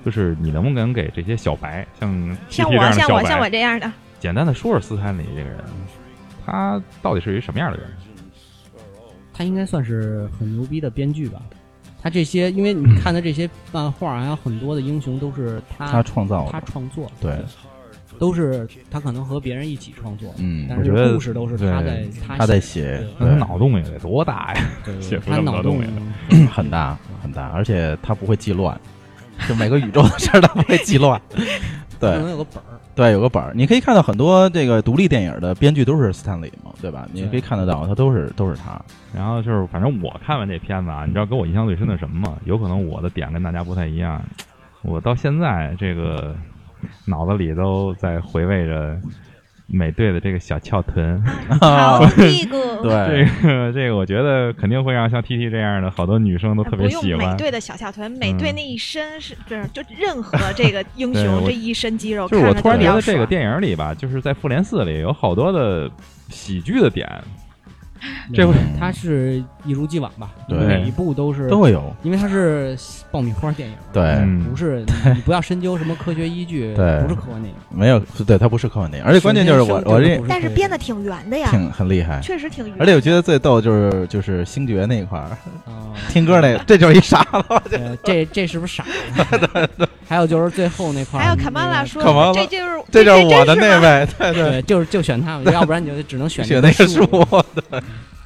[SPEAKER 1] 就是你能不能给这些小白，像 TT
[SPEAKER 4] 像
[SPEAKER 1] 这样
[SPEAKER 4] 我
[SPEAKER 1] 的
[SPEAKER 4] 像
[SPEAKER 1] 小
[SPEAKER 4] 我像我
[SPEAKER 1] 白，
[SPEAKER 4] 这样 的，
[SPEAKER 1] 简单的说说斯坦李这个人，他到底是一什么样的人？
[SPEAKER 2] 他应该算是很牛逼的编剧吧。他这些，因为你看的这些漫画，还有很多的英雄都是
[SPEAKER 3] 他
[SPEAKER 2] 他
[SPEAKER 3] 创造
[SPEAKER 2] 他
[SPEAKER 3] 的，
[SPEAKER 2] 创作，
[SPEAKER 3] 对，
[SPEAKER 2] 都是他可能和别人一起创作，
[SPEAKER 3] 嗯，
[SPEAKER 2] 但是
[SPEAKER 1] 我觉得
[SPEAKER 2] 故事都是他在他
[SPEAKER 3] 他在
[SPEAKER 2] 写
[SPEAKER 3] 写，
[SPEAKER 1] 那他
[SPEAKER 3] 对
[SPEAKER 1] 脑洞也得多大呀？
[SPEAKER 2] 对对
[SPEAKER 1] 写出
[SPEAKER 2] 他
[SPEAKER 1] 这么
[SPEAKER 2] 脑
[SPEAKER 1] 多东
[SPEAKER 2] 洞
[SPEAKER 1] 西
[SPEAKER 3] 嗯很大很大，而且他不会记乱，就每个宇宙的事儿他不会记乱。
[SPEAKER 2] 可
[SPEAKER 3] 对
[SPEAKER 2] 能有个本儿。
[SPEAKER 3] 对，有个本儿，你可以看到很多这个独立电影的编剧都是斯坦李嘛，对吧？你可以看得到，他都是都是他。
[SPEAKER 1] 然后就是，反正我看完这片子啊，你知道给我印象最深的是什么吗？有可能我的点跟大家不太一样，我到现在这个脑子里都在回味着美队的这个小翘臀。
[SPEAKER 4] 好屁股，
[SPEAKER 1] 这
[SPEAKER 3] 对，
[SPEAKER 1] 个这个，我觉得肯定会让像 T T 这样的好多女生都特
[SPEAKER 4] 哎不
[SPEAKER 1] 别
[SPEAKER 4] 用
[SPEAKER 1] 喜
[SPEAKER 4] 美
[SPEAKER 1] 欢。
[SPEAKER 4] 队的小翘臀，美
[SPEAKER 1] 嗯
[SPEAKER 4] 队那一身是，就是就任何这个英
[SPEAKER 1] 对
[SPEAKER 4] 雄
[SPEAKER 1] 我
[SPEAKER 4] 这一身肌肉，
[SPEAKER 1] 就是我
[SPEAKER 4] 看着
[SPEAKER 1] 突然
[SPEAKER 4] 比
[SPEAKER 1] 觉
[SPEAKER 4] 较
[SPEAKER 1] 得这个
[SPEAKER 4] 爽
[SPEAKER 1] 电影里吧，就是在《复联四》里有好多的喜剧的点，这回
[SPEAKER 2] 他是一如既往吧，
[SPEAKER 3] 对
[SPEAKER 2] 每一部都是
[SPEAKER 3] 都，会有，
[SPEAKER 2] 因为他是爆米花电影，
[SPEAKER 3] 对，
[SPEAKER 1] 嗯
[SPEAKER 2] 不， 是你不要深究什么科学依据，
[SPEAKER 3] 对
[SPEAKER 2] 不是科幻电影。
[SPEAKER 3] 没有，对他不是科幻电影，而且关键就是我
[SPEAKER 2] 神仙
[SPEAKER 3] 我
[SPEAKER 2] 生
[SPEAKER 3] 这
[SPEAKER 2] 真的不科幻
[SPEAKER 4] 但是编
[SPEAKER 2] 电
[SPEAKER 4] 的挺圆的呀，
[SPEAKER 3] 挺很厉害。
[SPEAKER 4] 确实挺圆。
[SPEAKER 3] 而且我觉得最逗就是就是星爵那一块儿
[SPEAKER 2] 影啊
[SPEAKER 3] 听歌那，这就是一傻子，
[SPEAKER 2] 呃，这这是不是傻？ 还有就是最后那块儿，
[SPEAKER 4] 还有卡
[SPEAKER 2] 嗯
[SPEAKER 4] 曼拉说
[SPEAKER 3] 卡曼拉，
[SPEAKER 4] 这就是
[SPEAKER 3] 这就是
[SPEAKER 4] 真
[SPEAKER 3] 我的
[SPEAKER 4] 是
[SPEAKER 3] 那
[SPEAKER 4] 吗
[SPEAKER 3] 位，对对，
[SPEAKER 2] 对，就是就选他们，要不然你就只能选
[SPEAKER 3] 选
[SPEAKER 2] 那
[SPEAKER 3] 那个树，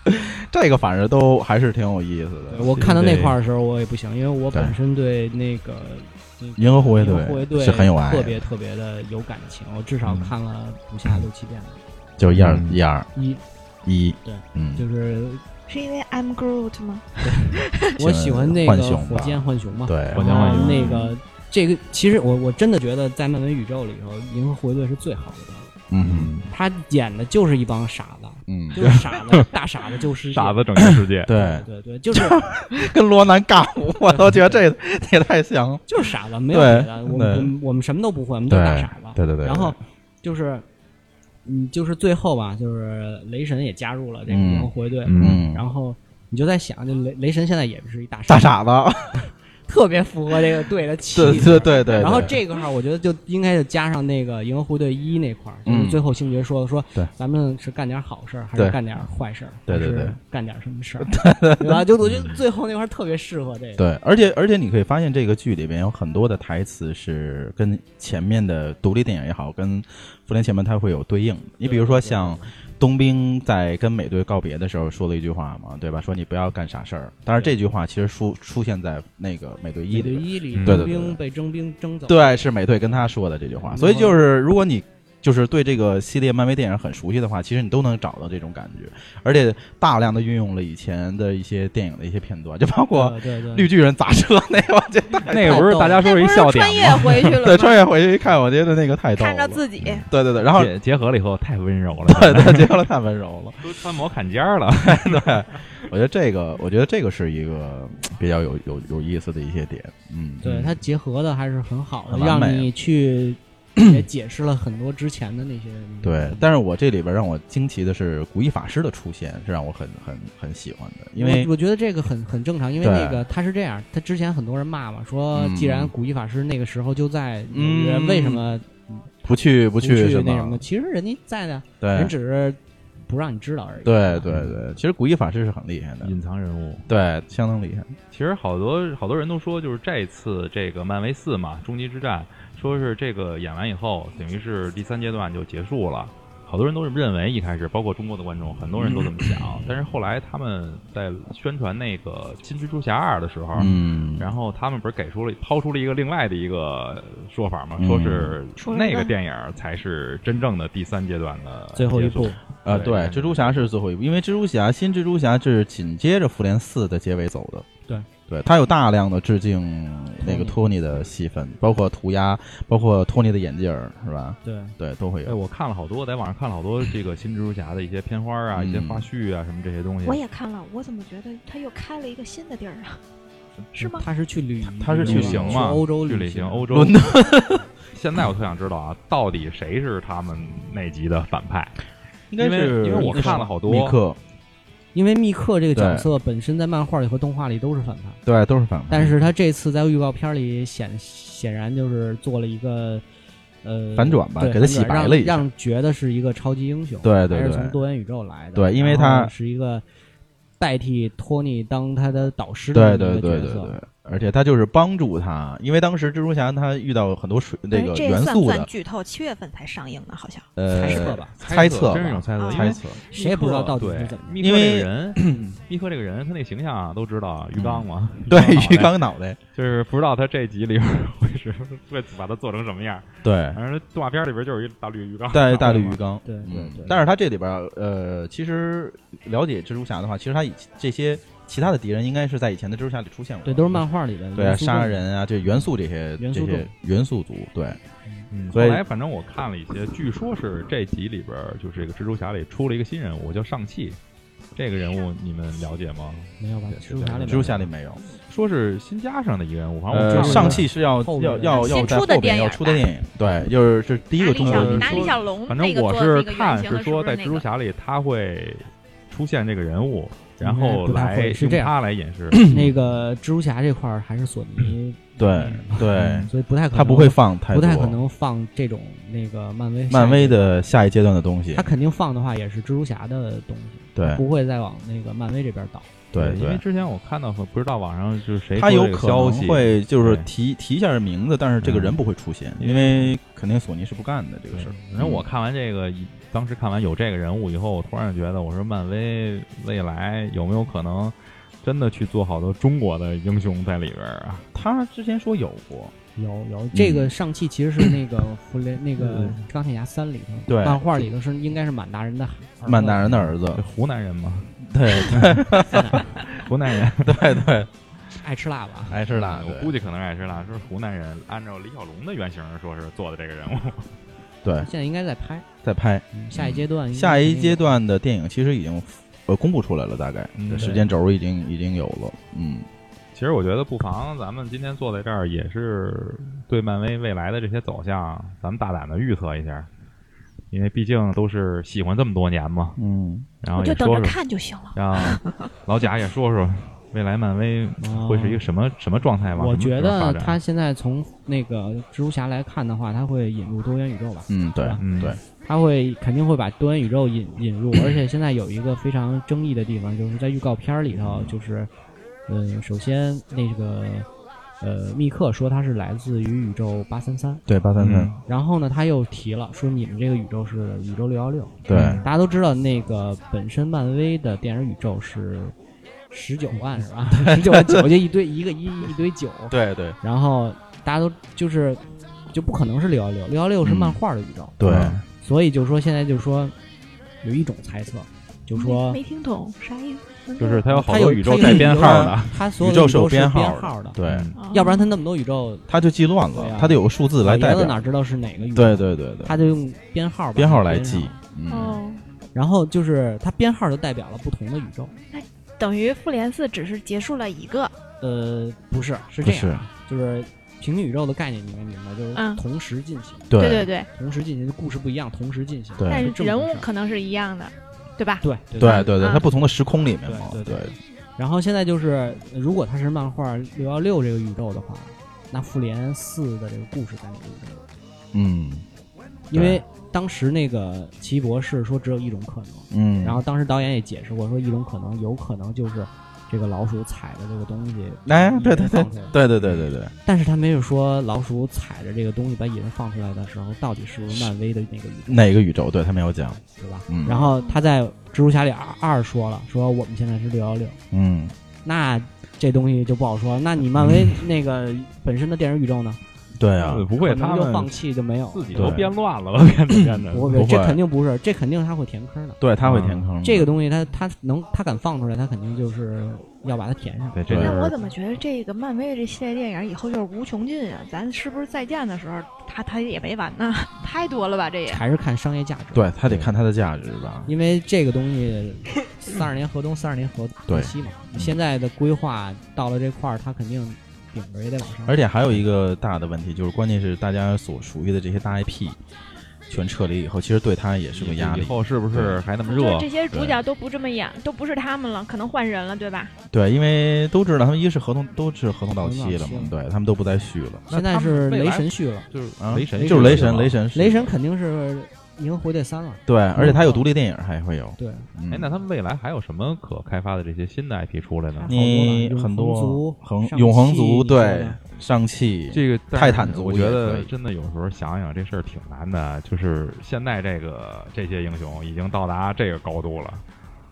[SPEAKER 3] 对，这个反正都还是挺有意思的。
[SPEAKER 2] 我看到那块儿的时候，我也不行，因为我本身对那个
[SPEAKER 3] 银河护卫队
[SPEAKER 2] 银河护卫队
[SPEAKER 3] 是很有爱的
[SPEAKER 2] 特别特别的有感情。我至少
[SPEAKER 3] 嗯
[SPEAKER 2] 看了不下六七遍了。
[SPEAKER 3] 就一二
[SPEAKER 1] 嗯
[SPEAKER 3] 一二
[SPEAKER 2] 一
[SPEAKER 3] 一，
[SPEAKER 2] 对，
[SPEAKER 3] 嗯，
[SPEAKER 2] 就是
[SPEAKER 4] 是因为 I'm Groot 吗？
[SPEAKER 2] 我喜欢那
[SPEAKER 3] 浣
[SPEAKER 2] 个
[SPEAKER 3] 熊
[SPEAKER 2] 火
[SPEAKER 3] 吧
[SPEAKER 2] 箭浣熊嘛，
[SPEAKER 3] 对，
[SPEAKER 1] 火
[SPEAKER 2] 然
[SPEAKER 1] 箭浣
[SPEAKER 2] 后
[SPEAKER 1] 熊
[SPEAKER 2] 那个这个其实我我真的觉得在漫威宇宙里头，银河护卫队是最好的。
[SPEAKER 3] 嗯
[SPEAKER 2] 他演的就是一帮傻子，
[SPEAKER 3] 嗯。
[SPEAKER 2] 就是傻子，大傻子就是
[SPEAKER 1] 傻子拯救世界
[SPEAKER 3] 对，
[SPEAKER 2] 对对， 就是
[SPEAKER 3] 跟罗南尬舞，我都觉得这这也太像了。
[SPEAKER 2] 就是傻子，没有
[SPEAKER 3] 对
[SPEAKER 2] 别的。我
[SPEAKER 3] 对
[SPEAKER 2] 啊们我们我们什么都不会，我们就是大傻子。
[SPEAKER 3] 对对对，
[SPEAKER 2] 然后就是嗯，就是最后吧，就是雷神也加入了这个银河护卫队，
[SPEAKER 1] 嗯
[SPEAKER 2] 然后你就在想，就雷雷神现在也是一大
[SPEAKER 3] 大
[SPEAKER 2] 傻，
[SPEAKER 3] 傻子，
[SPEAKER 2] 特别符合这个队的气
[SPEAKER 3] 对
[SPEAKER 2] 质。
[SPEAKER 3] 对对对。
[SPEAKER 2] 然后这块儿，我觉得就应该就加上那个《银河护卫队一》那块儿，就是
[SPEAKER 3] 嗯
[SPEAKER 2] 最后星爵说的，说
[SPEAKER 3] 对
[SPEAKER 2] 咱们是干点好事儿，还是
[SPEAKER 3] 对
[SPEAKER 2] 干点坏事儿，
[SPEAKER 3] 对对
[SPEAKER 2] 还是
[SPEAKER 3] 对
[SPEAKER 2] 干点什么事儿，对吧？就我觉得最后那块儿特别适合这个，
[SPEAKER 3] 对，而且而且你可以发现这个剧里边有很多的台词是跟前面的独立电影也好，跟复联前面它会有对应。你比如说像冬兵在跟美队告别的时候说了一句话嘛，对吧？说你不要干傻事儿。但是这句话其实出出现在那个美队一
[SPEAKER 2] 一
[SPEAKER 3] 里
[SPEAKER 2] 对
[SPEAKER 3] 边，
[SPEAKER 2] 一里
[SPEAKER 1] 嗯
[SPEAKER 3] 对
[SPEAKER 2] 征
[SPEAKER 3] 对对
[SPEAKER 2] 兵被征兵征走，
[SPEAKER 3] 对，是美队跟他说的这句话。
[SPEAKER 2] 嗯
[SPEAKER 3] 所以就是，如果你就是对这个系列漫威电影很熟悉的话，其实你都能找到这种感觉，而且大量的运用了以前的一些电影的一些片段，就包括
[SPEAKER 2] 对对对，
[SPEAKER 3] 绿巨人砸车那个，我觉得
[SPEAKER 1] 那个不是大家
[SPEAKER 4] 那
[SPEAKER 1] 说
[SPEAKER 4] 不
[SPEAKER 1] 一
[SPEAKER 4] 是
[SPEAKER 1] 笑点
[SPEAKER 4] 穿越
[SPEAKER 1] 吗？
[SPEAKER 4] 回去了吗？
[SPEAKER 3] 对穿越回去一看，我觉得那个太逗
[SPEAKER 4] 看
[SPEAKER 3] 了。
[SPEAKER 4] 着自己，
[SPEAKER 3] 对对对，然后
[SPEAKER 1] 结结合了以后太温柔了，
[SPEAKER 3] 对对，结合了太温柔了。
[SPEAKER 1] 都穿毛坎肩儿了。
[SPEAKER 3] 我觉得这个，我觉得这个是一个比较有有有意思的一些点。嗯，
[SPEAKER 2] 对它结合的还是很好的，
[SPEAKER 3] 很完
[SPEAKER 2] 让
[SPEAKER 3] 美啊
[SPEAKER 2] 你去 也解释了很多之前的那些。嗯
[SPEAKER 3] 对，但是我这里边让我惊奇的是，古一法师的出现是让我很很很喜欢的，因为
[SPEAKER 2] 我我觉得这个很很正常，因为
[SPEAKER 3] 对
[SPEAKER 2] 那个他是这样，他之前很多人骂嘛，说
[SPEAKER 3] 嗯
[SPEAKER 2] 既然古一法师那个时候就在纽
[SPEAKER 3] 嗯
[SPEAKER 2] 约，为什么
[SPEAKER 3] 不去不
[SPEAKER 2] 不
[SPEAKER 3] 去
[SPEAKER 2] 那
[SPEAKER 3] 么
[SPEAKER 2] 什么？其实人家在呢，
[SPEAKER 3] 对
[SPEAKER 2] 人只是不让你知道而已。啊
[SPEAKER 3] 对对对，其实古一法师是很厉害的，
[SPEAKER 1] 隐藏人物，
[SPEAKER 3] 对，相当厉害。
[SPEAKER 1] 其实好多好多人都说，就是这次这个漫威四嘛，终极之战，说是这个演完以后，等于是第三阶段就结束了。好多人都是认为一开始，包括中国的观众，很多人都这么想。但是后来他们在宣传那个《新蜘蛛侠二》的时候，
[SPEAKER 3] 嗯
[SPEAKER 1] 然后他们不是给出了抛出了一个另外的一个说法嘛，
[SPEAKER 3] 嗯
[SPEAKER 1] 说是
[SPEAKER 4] 除了
[SPEAKER 1] 那
[SPEAKER 4] 那
[SPEAKER 1] 个电影才是真正的第三阶段的
[SPEAKER 2] 最后一
[SPEAKER 1] 结束
[SPEAKER 2] 步，
[SPEAKER 3] 啊，对，蜘蛛侠是最后一部，因为蜘蛛侠新蜘蛛侠是紧接着复联四的结尾走的。
[SPEAKER 2] 对
[SPEAKER 3] 对，他有大量的致敬那个托尼的戏份，包括涂鸦，包括托尼的眼镜儿，是吧？
[SPEAKER 2] 对，
[SPEAKER 3] 对，都会
[SPEAKER 1] 哎，
[SPEAKER 3] 有。
[SPEAKER 1] 我看了好多，在网上看了好多这个新蜘蛛侠的一些片花啊、
[SPEAKER 3] 嗯
[SPEAKER 1] 一些花絮啊什么这些东西
[SPEAKER 4] 我。也看了，我怎么觉得他又开了一个新的地儿啊？是吗？
[SPEAKER 2] 他是去旅，
[SPEAKER 3] 他是
[SPEAKER 1] 去
[SPEAKER 3] 去
[SPEAKER 1] 旅行
[SPEAKER 2] 嗯去
[SPEAKER 1] 嘛，
[SPEAKER 2] 欧洲
[SPEAKER 1] 去
[SPEAKER 2] 旅
[SPEAKER 1] 旅行，欧洲。
[SPEAKER 3] 伦敦
[SPEAKER 1] 现在我特想知道啊，到底谁是他们那集的反派？
[SPEAKER 3] 应
[SPEAKER 1] 因为因为我看了好多
[SPEAKER 3] 密克，
[SPEAKER 2] 因为密克这个角
[SPEAKER 3] 对
[SPEAKER 2] 色本身在漫画里和动画里都是反派。
[SPEAKER 3] 对，都是反派。
[SPEAKER 2] 但是他这次在预告片里显显然就是做了一个呃
[SPEAKER 3] 反转吧
[SPEAKER 2] 对
[SPEAKER 3] 给他
[SPEAKER 2] 反转
[SPEAKER 3] 洗白
[SPEAKER 2] 让
[SPEAKER 3] 了一下
[SPEAKER 2] 让觉得是一个超级英雄，
[SPEAKER 3] 对对
[SPEAKER 2] 还是
[SPEAKER 3] 对
[SPEAKER 2] 从多元宇宙来的，
[SPEAKER 3] 对因为
[SPEAKER 2] 然后
[SPEAKER 3] 他
[SPEAKER 2] 是一个代替托尼当他的导师的
[SPEAKER 3] 对对
[SPEAKER 2] 一个
[SPEAKER 3] 对
[SPEAKER 2] 角
[SPEAKER 3] 对
[SPEAKER 2] 色，
[SPEAKER 3] 对，而且他就是帮助他，因为当时蜘蛛侠他遇到很多水那个
[SPEAKER 4] 哎这
[SPEAKER 3] 元
[SPEAKER 4] 算
[SPEAKER 3] 素
[SPEAKER 4] 不算
[SPEAKER 3] 的
[SPEAKER 4] 剧透？七月份才上映呢，好像。
[SPEAKER 3] 呃
[SPEAKER 2] 猜测吧
[SPEAKER 3] 猜
[SPEAKER 1] 测，
[SPEAKER 3] 吧
[SPEAKER 1] 真是有猜测，
[SPEAKER 4] 啊
[SPEAKER 1] 因为
[SPEAKER 3] 猜测。
[SPEAKER 2] 谁也不知道到底
[SPEAKER 1] 对
[SPEAKER 2] 是怎么样。
[SPEAKER 1] 密克这
[SPEAKER 3] 因为
[SPEAKER 1] 个人， 密克这个人，他那形象啊都 知道啊，鱼缸嘛，
[SPEAKER 3] 嗯对
[SPEAKER 1] 鱼缸脑，袋
[SPEAKER 3] 鱼缸脑袋，
[SPEAKER 1] 就是不知道他这集里边会是 会把它做成什么样。
[SPEAKER 3] 对
[SPEAKER 1] 反正动画片里边就是一大绿鱼缸，啊
[SPEAKER 3] 带大绿鱼缸，
[SPEAKER 2] 对对
[SPEAKER 3] 嗯
[SPEAKER 2] 对
[SPEAKER 3] 但是他这里边儿呃，其实了解蜘蛛侠的话，其实他以这些其他的敌人应该是在以前的蜘蛛侠里出现过，
[SPEAKER 2] 对，都是漫画里的
[SPEAKER 3] 对
[SPEAKER 2] 元素
[SPEAKER 3] 杀
[SPEAKER 2] 动
[SPEAKER 3] 人啊，这元素这些
[SPEAKER 2] 元
[SPEAKER 3] 这
[SPEAKER 2] 素
[SPEAKER 3] 些
[SPEAKER 2] 动
[SPEAKER 3] 元素组，对
[SPEAKER 1] 嗯，后
[SPEAKER 3] 所以
[SPEAKER 1] 来反正我看了一些，据说是这集里边儿就是这个蜘蛛侠里出了一个新人物，叫上汽。这个人物你们了解吗？
[SPEAKER 2] 没有吧？
[SPEAKER 1] 对
[SPEAKER 2] 蜘蛛侠里面
[SPEAKER 3] 蜘蛛侠里没有，
[SPEAKER 1] 说是新加上的一个人物，反正我知
[SPEAKER 3] 呃，
[SPEAKER 1] 道
[SPEAKER 2] 是
[SPEAKER 3] 上汽是要
[SPEAKER 2] 后面
[SPEAKER 3] 要
[SPEAKER 2] 的
[SPEAKER 3] 要
[SPEAKER 4] 新
[SPEAKER 3] 要在
[SPEAKER 4] 出的
[SPEAKER 3] 后边
[SPEAKER 4] 电影
[SPEAKER 3] 要出的电影，对，就是是第一个中国
[SPEAKER 1] 哪里想哪里想
[SPEAKER 3] 人说
[SPEAKER 4] 拿李小龙，
[SPEAKER 1] 反正
[SPEAKER 4] 嗯那个
[SPEAKER 1] 我
[SPEAKER 4] 做
[SPEAKER 1] 是
[SPEAKER 4] 那个
[SPEAKER 1] 看
[SPEAKER 4] 原型
[SPEAKER 1] 是
[SPEAKER 4] 的
[SPEAKER 1] 说
[SPEAKER 4] 不是
[SPEAKER 1] 在
[SPEAKER 4] 那
[SPEAKER 1] 蜘蛛
[SPEAKER 4] 个
[SPEAKER 1] 侠里他会出现这个人物，
[SPEAKER 3] 嗯
[SPEAKER 2] 该
[SPEAKER 1] 然后
[SPEAKER 2] 不太
[SPEAKER 1] 来
[SPEAKER 2] 会是
[SPEAKER 1] 用
[SPEAKER 2] 这样
[SPEAKER 1] 他来演示。
[SPEAKER 2] 那个蜘蛛侠这块儿还是索尼，
[SPEAKER 3] 对对
[SPEAKER 2] 嗯，所以不太可能
[SPEAKER 3] 他不会放太
[SPEAKER 2] 不
[SPEAKER 3] 多，
[SPEAKER 2] 太可能放这种那个漫威
[SPEAKER 3] 漫
[SPEAKER 2] 下一
[SPEAKER 3] 威
[SPEAKER 2] 个
[SPEAKER 3] 的下一阶段的东西
[SPEAKER 2] 他，肯定放的话也是蜘蛛侠的东西，
[SPEAKER 3] 对
[SPEAKER 2] 不会再往那个漫威这边倒。
[SPEAKER 3] 对
[SPEAKER 1] 因为
[SPEAKER 3] 对。
[SPEAKER 1] 之前我看到不知道网上就是谁
[SPEAKER 3] 他
[SPEAKER 1] 说
[SPEAKER 3] 有
[SPEAKER 1] 这个
[SPEAKER 3] 可
[SPEAKER 1] 消
[SPEAKER 3] 能
[SPEAKER 1] 息，
[SPEAKER 3] 会就是
[SPEAKER 1] 对嗯
[SPEAKER 3] 提提一下名字，但是这个人不会出现，因为肯定索尼是嗯不干的这个
[SPEAKER 1] 对
[SPEAKER 3] 事儿。
[SPEAKER 1] 反正我看完这个，一当时看完有这个人物以后，我突然觉得，我说漫威未来有没有可能真的去做好多中国的英雄在里边儿啊？
[SPEAKER 3] 他之前说有过，
[SPEAKER 2] 有有，这个上汽其实是那个复联那个钢铁侠三里头，
[SPEAKER 3] 对
[SPEAKER 2] 漫画里头是应该是满达人的 儿
[SPEAKER 3] 曼达人的儿子，
[SPEAKER 1] 这湖南人嘛，
[SPEAKER 3] 对
[SPEAKER 1] 湖南 人
[SPEAKER 3] 对对，
[SPEAKER 2] 爱吃辣吧？
[SPEAKER 3] 爱吃辣，
[SPEAKER 1] 我
[SPEAKER 3] 对
[SPEAKER 1] 估计可能爱吃辣，说是湖南人，按照李小龙的原型说是做的这个人物，
[SPEAKER 3] 对，
[SPEAKER 2] 现在应该在拍，
[SPEAKER 3] 在拍
[SPEAKER 2] 嗯下一阶段应该
[SPEAKER 3] 下一阶
[SPEAKER 2] 肯定
[SPEAKER 3] 段的电影，其实已经呃公布出来了，大概
[SPEAKER 1] 嗯
[SPEAKER 3] 这
[SPEAKER 1] 对
[SPEAKER 3] 时间轴已经已经有了，嗯，
[SPEAKER 1] 其实我觉得不妨咱们今天坐在这儿，也是对漫威未来的这些走向，咱们大胆的预测一下。因为毕竟都是喜欢这么多年嘛，
[SPEAKER 3] 嗯，
[SPEAKER 1] 然后
[SPEAKER 4] 我就
[SPEAKER 1] 也
[SPEAKER 4] 等着
[SPEAKER 1] 说说，
[SPEAKER 4] 看就行了。
[SPEAKER 1] 让 老贾也说说未来漫威会是一个什么什么状态吧？
[SPEAKER 2] 嗯我
[SPEAKER 1] 什么什
[SPEAKER 2] 觉
[SPEAKER 1] 么发
[SPEAKER 2] 得
[SPEAKER 1] 展
[SPEAKER 2] 他现在从那个蜘蛛侠来看的话，他会引入多元宇宙吧？
[SPEAKER 3] 嗯，对
[SPEAKER 1] 嗯
[SPEAKER 3] 对，
[SPEAKER 2] 他会肯定会把多元宇宙引引入，而且现在有一个非常争议的地方，就是在预告片儿里头，就是，呃，首先那个，呃，密克说他是来自于宇宙八三三，
[SPEAKER 3] 对八三三，
[SPEAKER 1] 嗯
[SPEAKER 2] 然后呢，他又提了说你们这个宇宙是宇宙六幺六，
[SPEAKER 3] 对
[SPEAKER 1] 嗯
[SPEAKER 2] 大家都知道那个本身漫威的电影宇宙是十九万是吧？十九万九就一堆一个一一堆九，
[SPEAKER 3] 对对
[SPEAKER 2] 然后大家都就是就不可能是六幺六，六幺六是漫画的宇宙。
[SPEAKER 3] 对
[SPEAKER 1] 嗯，
[SPEAKER 2] 所以就说现在就说有一种猜测，就说
[SPEAKER 4] 没没听懂啥意思，嗯
[SPEAKER 1] 就是他有好
[SPEAKER 2] 它
[SPEAKER 1] 多
[SPEAKER 2] 有
[SPEAKER 1] 宇宙
[SPEAKER 2] 它有
[SPEAKER 1] 带编号的
[SPEAKER 2] 它，它所有啊
[SPEAKER 3] 宇
[SPEAKER 2] 的
[SPEAKER 3] 宙是有
[SPEAKER 2] 都是
[SPEAKER 3] 编号
[SPEAKER 2] 编
[SPEAKER 3] 的
[SPEAKER 2] 号的，
[SPEAKER 3] 对，
[SPEAKER 1] 嗯
[SPEAKER 4] 哦
[SPEAKER 2] 要不然他那么多宇宙，
[SPEAKER 3] 他就记乱
[SPEAKER 2] 对啊
[SPEAKER 3] 了，他得有个数字
[SPEAKER 2] 老
[SPEAKER 3] 来代
[SPEAKER 2] 爷子
[SPEAKER 3] 表，
[SPEAKER 2] 哪知道是哪个宇宙？
[SPEAKER 3] 对，对对对，
[SPEAKER 2] 他就用编号吧
[SPEAKER 3] 编号来
[SPEAKER 2] 编上
[SPEAKER 3] 记，嗯，
[SPEAKER 4] 哦，
[SPEAKER 2] 然后就是它编号就代表了不同的宇宙。
[SPEAKER 4] 等于复联四只是结束了一个，
[SPEAKER 2] 呃，不是，是
[SPEAKER 3] 不
[SPEAKER 2] 这样，
[SPEAKER 3] 是，
[SPEAKER 2] 就是平行宇宙的概念你应该明白，就是
[SPEAKER 4] 嗯
[SPEAKER 2] 同时进行，
[SPEAKER 4] 对对对，
[SPEAKER 2] 同时进行，故事不一样，同时进行。
[SPEAKER 3] 对
[SPEAKER 4] 但
[SPEAKER 2] 是这
[SPEAKER 4] 是
[SPEAKER 2] 么
[SPEAKER 4] 人
[SPEAKER 2] 回
[SPEAKER 4] 物
[SPEAKER 2] 事儿
[SPEAKER 4] 可能是一样的，对吧？
[SPEAKER 2] 对对
[SPEAKER 3] 对对对，
[SPEAKER 4] 嗯
[SPEAKER 3] 它不同的时空里面嘛，
[SPEAKER 2] 对对
[SPEAKER 3] 对
[SPEAKER 2] 对，然后现在就是，呃如果它是漫画六幺六这个宇宙的话，那复联四的这个故事在哪个宇宙？
[SPEAKER 3] 嗯
[SPEAKER 2] 因为当时那个奇异博士说只有一种可能，
[SPEAKER 3] 嗯，
[SPEAKER 2] 然后当时导演也解释过，说一种可能有可能就是这个老鼠踩的这个东西，
[SPEAKER 3] 哎，对对对
[SPEAKER 2] 放出来，
[SPEAKER 3] 对对对对对，
[SPEAKER 2] 但是他没有说老鼠踩着这个东西把蚁人放出来的时候，到底是不是漫威的那个宇宙，
[SPEAKER 3] 哪个宇宙？对他没有讲，
[SPEAKER 2] 对吧？
[SPEAKER 3] 嗯，
[SPEAKER 2] 然后他在蜘蛛侠里二说了，说我们现在是六幺六，
[SPEAKER 3] 嗯，
[SPEAKER 2] 那这东西就不好说。那你漫威那个本身的电影宇宙呢？
[SPEAKER 3] 对啊，
[SPEAKER 1] 不会
[SPEAKER 2] 可能
[SPEAKER 1] 他
[SPEAKER 2] 就放
[SPEAKER 1] 们
[SPEAKER 2] 弃就没有了。
[SPEAKER 1] 自己
[SPEAKER 3] 对
[SPEAKER 1] 都编乱了吧？编着编着，
[SPEAKER 2] 我
[SPEAKER 3] 不会嗯
[SPEAKER 2] 这肯定不是，这肯定他会填坑的。
[SPEAKER 3] 对他会填坑，
[SPEAKER 2] 嗯这个东西他他能他敢放出来，他肯定就是要把它填上。
[SPEAKER 1] 对，这就
[SPEAKER 3] 对
[SPEAKER 4] 那我
[SPEAKER 1] 是
[SPEAKER 4] 怎么觉得这个漫威的这系列电影以后就是无穷尽啊？咱是不是再见的时候，他他也没完呢？ 太多了吧，这也
[SPEAKER 2] 还是看商业价值。，
[SPEAKER 3] 对他得看它的价值吧，
[SPEAKER 2] 因为这个东西三十年河东，三十年河
[SPEAKER 3] 对
[SPEAKER 2] 西嘛。
[SPEAKER 3] 嗯
[SPEAKER 2] 你现在的规划到了这块儿，他肯定顶着也得往上。
[SPEAKER 3] 而且还有一个大的问题，就是关键是大家所熟悉的这些大 IP 全撤离以后，其实对他也是个压
[SPEAKER 1] 以
[SPEAKER 3] 力。
[SPEAKER 1] 后是不是还那么
[SPEAKER 4] 就是
[SPEAKER 1] 热？
[SPEAKER 4] 这些主角都不这么演，都不是他们了，可能换人了，对吧？
[SPEAKER 3] 对，因为都知道他们一是合同都是合同到期
[SPEAKER 2] 合
[SPEAKER 3] 了嘛
[SPEAKER 2] 同，到
[SPEAKER 3] 对他们都不再续了。
[SPEAKER 2] 现在是雷神续了，
[SPEAKER 1] 嗯就是
[SPEAKER 3] 啊，
[SPEAKER 1] 雷神
[SPEAKER 3] 就是雷
[SPEAKER 1] 是
[SPEAKER 3] 神，
[SPEAKER 1] 吧
[SPEAKER 3] 雷。神是，
[SPEAKER 2] 雷神肯定是银河队三了。
[SPEAKER 3] 对，而且他有独立电影，还会有。
[SPEAKER 2] 对，
[SPEAKER 3] 嗯
[SPEAKER 1] 哎，那他们未来还有什么可开发的这些新的 IP 出来呢？
[SPEAKER 3] 你
[SPEAKER 2] 好多了永
[SPEAKER 3] 很
[SPEAKER 2] 恒
[SPEAKER 3] 多
[SPEAKER 2] 族
[SPEAKER 3] 恒
[SPEAKER 2] 上
[SPEAKER 3] 永恒
[SPEAKER 2] 汽
[SPEAKER 3] 族
[SPEAKER 2] 你说
[SPEAKER 3] 对
[SPEAKER 2] 的
[SPEAKER 3] 上汽
[SPEAKER 1] 这个但
[SPEAKER 3] 泰坦族
[SPEAKER 1] 我
[SPEAKER 3] 也
[SPEAKER 1] 觉
[SPEAKER 3] 可
[SPEAKER 1] 得
[SPEAKER 3] 以
[SPEAKER 1] 真的有时候想想这事儿挺难的。就是现在这个这些英雄已经到达这个高度了，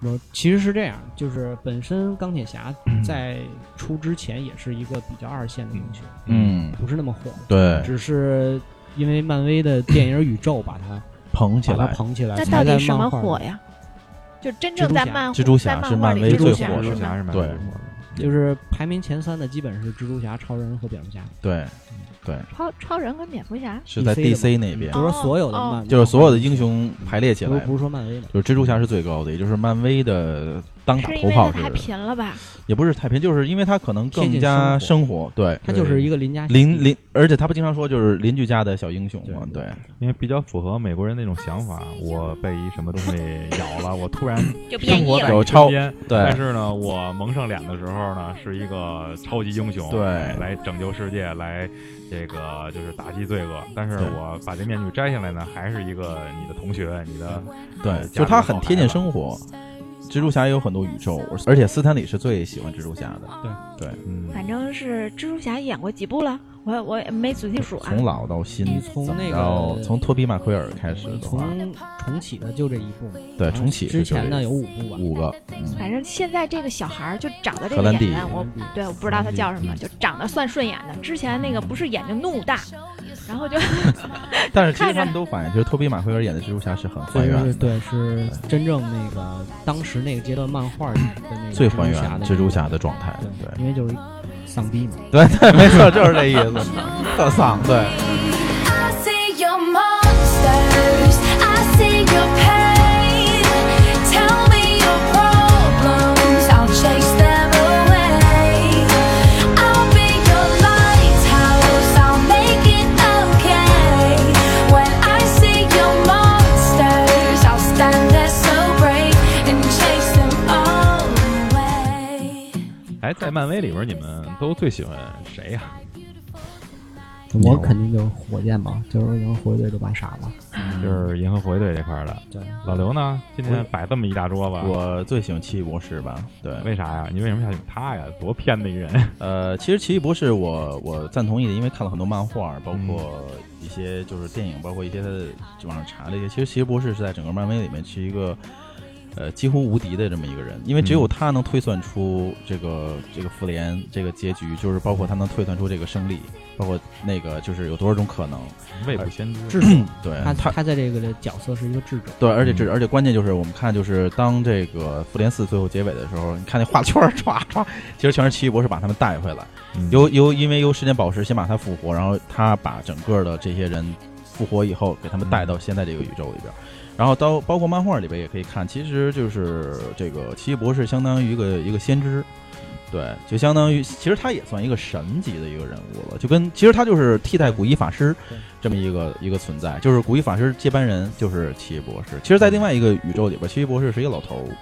[SPEAKER 2] 我其实是这样，就是本身钢铁侠
[SPEAKER 3] 嗯
[SPEAKER 2] 在出之前也是一个比较二线的英雄，
[SPEAKER 3] 嗯
[SPEAKER 2] 不是那么火，
[SPEAKER 3] 对
[SPEAKER 2] 只是因为漫威的电影宇宙把它
[SPEAKER 3] 捧起
[SPEAKER 2] 把它
[SPEAKER 3] 来，
[SPEAKER 2] 捧起来，
[SPEAKER 4] 那
[SPEAKER 2] 才
[SPEAKER 4] 到底
[SPEAKER 2] 在
[SPEAKER 4] 什么
[SPEAKER 2] 漫画里
[SPEAKER 4] 火？呀？就真正在漫
[SPEAKER 3] 哎蜘蛛侠
[SPEAKER 4] 在
[SPEAKER 3] 是
[SPEAKER 4] 画
[SPEAKER 3] 漫
[SPEAKER 4] 里
[SPEAKER 3] 威
[SPEAKER 4] 蜘蛛
[SPEAKER 3] 最
[SPEAKER 4] 侠
[SPEAKER 3] 火
[SPEAKER 1] 蜘
[SPEAKER 3] 的
[SPEAKER 1] 蛛
[SPEAKER 4] 是
[SPEAKER 1] 侠
[SPEAKER 4] 吗
[SPEAKER 1] 是蛮
[SPEAKER 3] 对
[SPEAKER 1] 火的
[SPEAKER 2] 就是排名前三的基本是蜘蛛侠、超人和蝙蝠侠，
[SPEAKER 3] 对，
[SPEAKER 4] 超超人跟蝙蝠侠
[SPEAKER 3] 是在
[SPEAKER 2] DC 的
[SPEAKER 3] DC 那边
[SPEAKER 2] 就，是说所有的
[SPEAKER 4] 哦
[SPEAKER 2] 漫，
[SPEAKER 3] 就是所有的英雄排列起
[SPEAKER 2] 不是
[SPEAKER 3] 来
[SPEAKER 2] 不，是说漫威的，
[SPEAKER 3] 就是蜘蛛侠是最高的，也就是漫威的当打
[SPEAKER 4] 是因
[SPEAKER 3] 头
[SPEAKER 4] 为他
[SPEAKER 3] 炮
[SPEAKER 4] 太
[SPEAKER 3] 是，
[SPEAKER 4] 贫了吧？
[SPEAKER 3] 也不是太平，就是因为他可能
[SPEAKER 2] 贴近
[SPEAKER 3] 更加
[SPEAKER 2] 生
[SPEAKER 3] 生活，对，
[SPEAKER 2] 它就是一个邻家
[SPEAKER 3] 邻邻，而且他不经常说就是邻居家的小英雄嘛，
[SPEAKER 2] 对
[SPEAKER 3] 对，
[SPEAKER 1] 因为比较符合美国人那种想法。我被一什么东西咬了，我突然
[SPEAKER 4] 就变
[SPEAKER 1] 生
[SPEAKER 4] 异
[SPEAKER 1] 活在
[SPEAKER 4] 了。
[SPEAKER 3] 有
[SPEAKER 1] 你
[SPEAKER 3] 超
[SPEAKER 1] 身边，但
[SPEAKER 3] 对
[SPEAKER 1] 是呢，我蒙上脸的时候呢，是一个超级英雄，
[SPEAKER 3] 对
[SPEAKER 1] 来拯救世界，来这个就是打击罪恶。但是
[SPEAKER 3] 对
[SPEAKER 1] 我把这面具摘下来呢，还是一个你的同学，你的
[SPEAKER 3] 对，就是他很贴近生活。蜘蛛侠也有很多宇宙，而且斯坦李是最喜欢蜘蛛侠的，
[SPEAKER 1] 嗯，
[SPEAKER 4] 反正是蜘蛛侠演过几部了，我我也没仔细数啊。
[SPEAKER 3] 从老到新
[SPEAKER 2] 你，从
[SPEAKER 3] 怎么
[SPEAKER 2] 那个
[SPEAKER 3] 着从托比马奎尔开始的话，
[SPEAKER 2] 从重启的就这一部，
[SPEAKER 3] 对，重启
[SPEAKER 2] 之
[SPEAKER 3] 是
[SPEAKER 2] 前
[SPEAKER 3] 就
[SPEAKER 2] 的
[SPEAKER 3] 这
[SPEAKER 2] 有五部吧，
[SPEAKER 3] 五个，
[SPEAKER 4] 反正现在这个小孩儿就长得这
[SPEAKER 3] 荷
[SPEAKER 4] 个
[SPEAKER 3] 兰弟
[SPEAKER 4] 演员，我对我不知道他叫什么，
[SPEAKER 3] 嗯
[SPEAKER 4] 就长得算顺眼的。之前那个不是眼睛怒大，然后就
[SPEAKER 3] 但是其实
[SPEAKER 4] 看着
[SPEAKER 3] 他们都反映，其实托比马奎尔演的蜘蛛侠是很
[SPEAKER 2] 就
[SPEAKER 3] 还原
[SPEAKER 2] 是
[SPEAKER 3] 的，
[SPEAKER 2] 对，是真正那个当时那个阶段漫画的那个
[SPEAKER 3] 最还原
[SPEAKER 2] 的
[SPEAKER 3] 蜘蛛侠的状态，对
[SPEAKER 2] 对，。因为就是丧逼嘛。
[SPEAKER 3] 对对，没错，就是这意 思，特丧，对。
[SPEAKER 5] I see your monsters, I see your pain. Tell me your problems, I'll chase them away. I'll be your lighthouse, I'll make it okay. When I see your monsters.
[SPEAKER 1] 哎，在漫威里边，你们都最喜欢谁呀、
[SPEAKER 2] 我肯定就是火箭嘛，就是因为火箭队都把傻了。
[SPEAKER 1] 就是银河护卫队这块儿的。
[SPEAKER 2] 对，
[SPEAKER 1] 老刘呢？今天摆这么一大桌吧，
[SPEAKER 3] 我最喜欢奇异博士吧，对，
[SPEAKER 1] 为啥呀？你为什么想选他呀？多偏的一人，
[SPEAKER 3] 呃，其实奇异博士我我赞同一点，因为看了很多漫画，包括一些就是电影，包括一些他的网上查的一些，其实奇异博士是在整个漫威里面是一个。呃，几乎无敌的这么一个人，因为只有他能推算出这个、这个复联这个结局，就是包括他能推算出这个胜利，包括那个就是有多少种可能。
[SPEAKER 1] 未卜先知。
[SPEAKER 2] 智者，
[SPEAKER 3] 对
[SPEAKER 2] 他他在这个的角色是一个智者。
[SPEAKER 3] 对，而且这、而且关键就是我们看，就是当这个复联四最后结尾的时候，你看那画圈儿 唰唰，其实全是奇异博士把他们带回来，
[SPEAKER 1] 嗯
[SPEAKER 3] 由由因为由时间宝石先把他复活，然后他把整个的这些人复活以后，给他们带到现在这个宇宙里边儿。然后到包括漫画里边也可以看，其实就是这个奇异博士相当于一个一个先知，对，就相当于其实他也算一个神级的一个人物了，就跟其实他就是替代古一法师
[SPEAKER 2] 对
[SPEAKER 3] 这么一个一个存在，就是古一法师接班人就是奇异博士。其实，在另外一个宇宙里边，奇异博士是一个老头儿，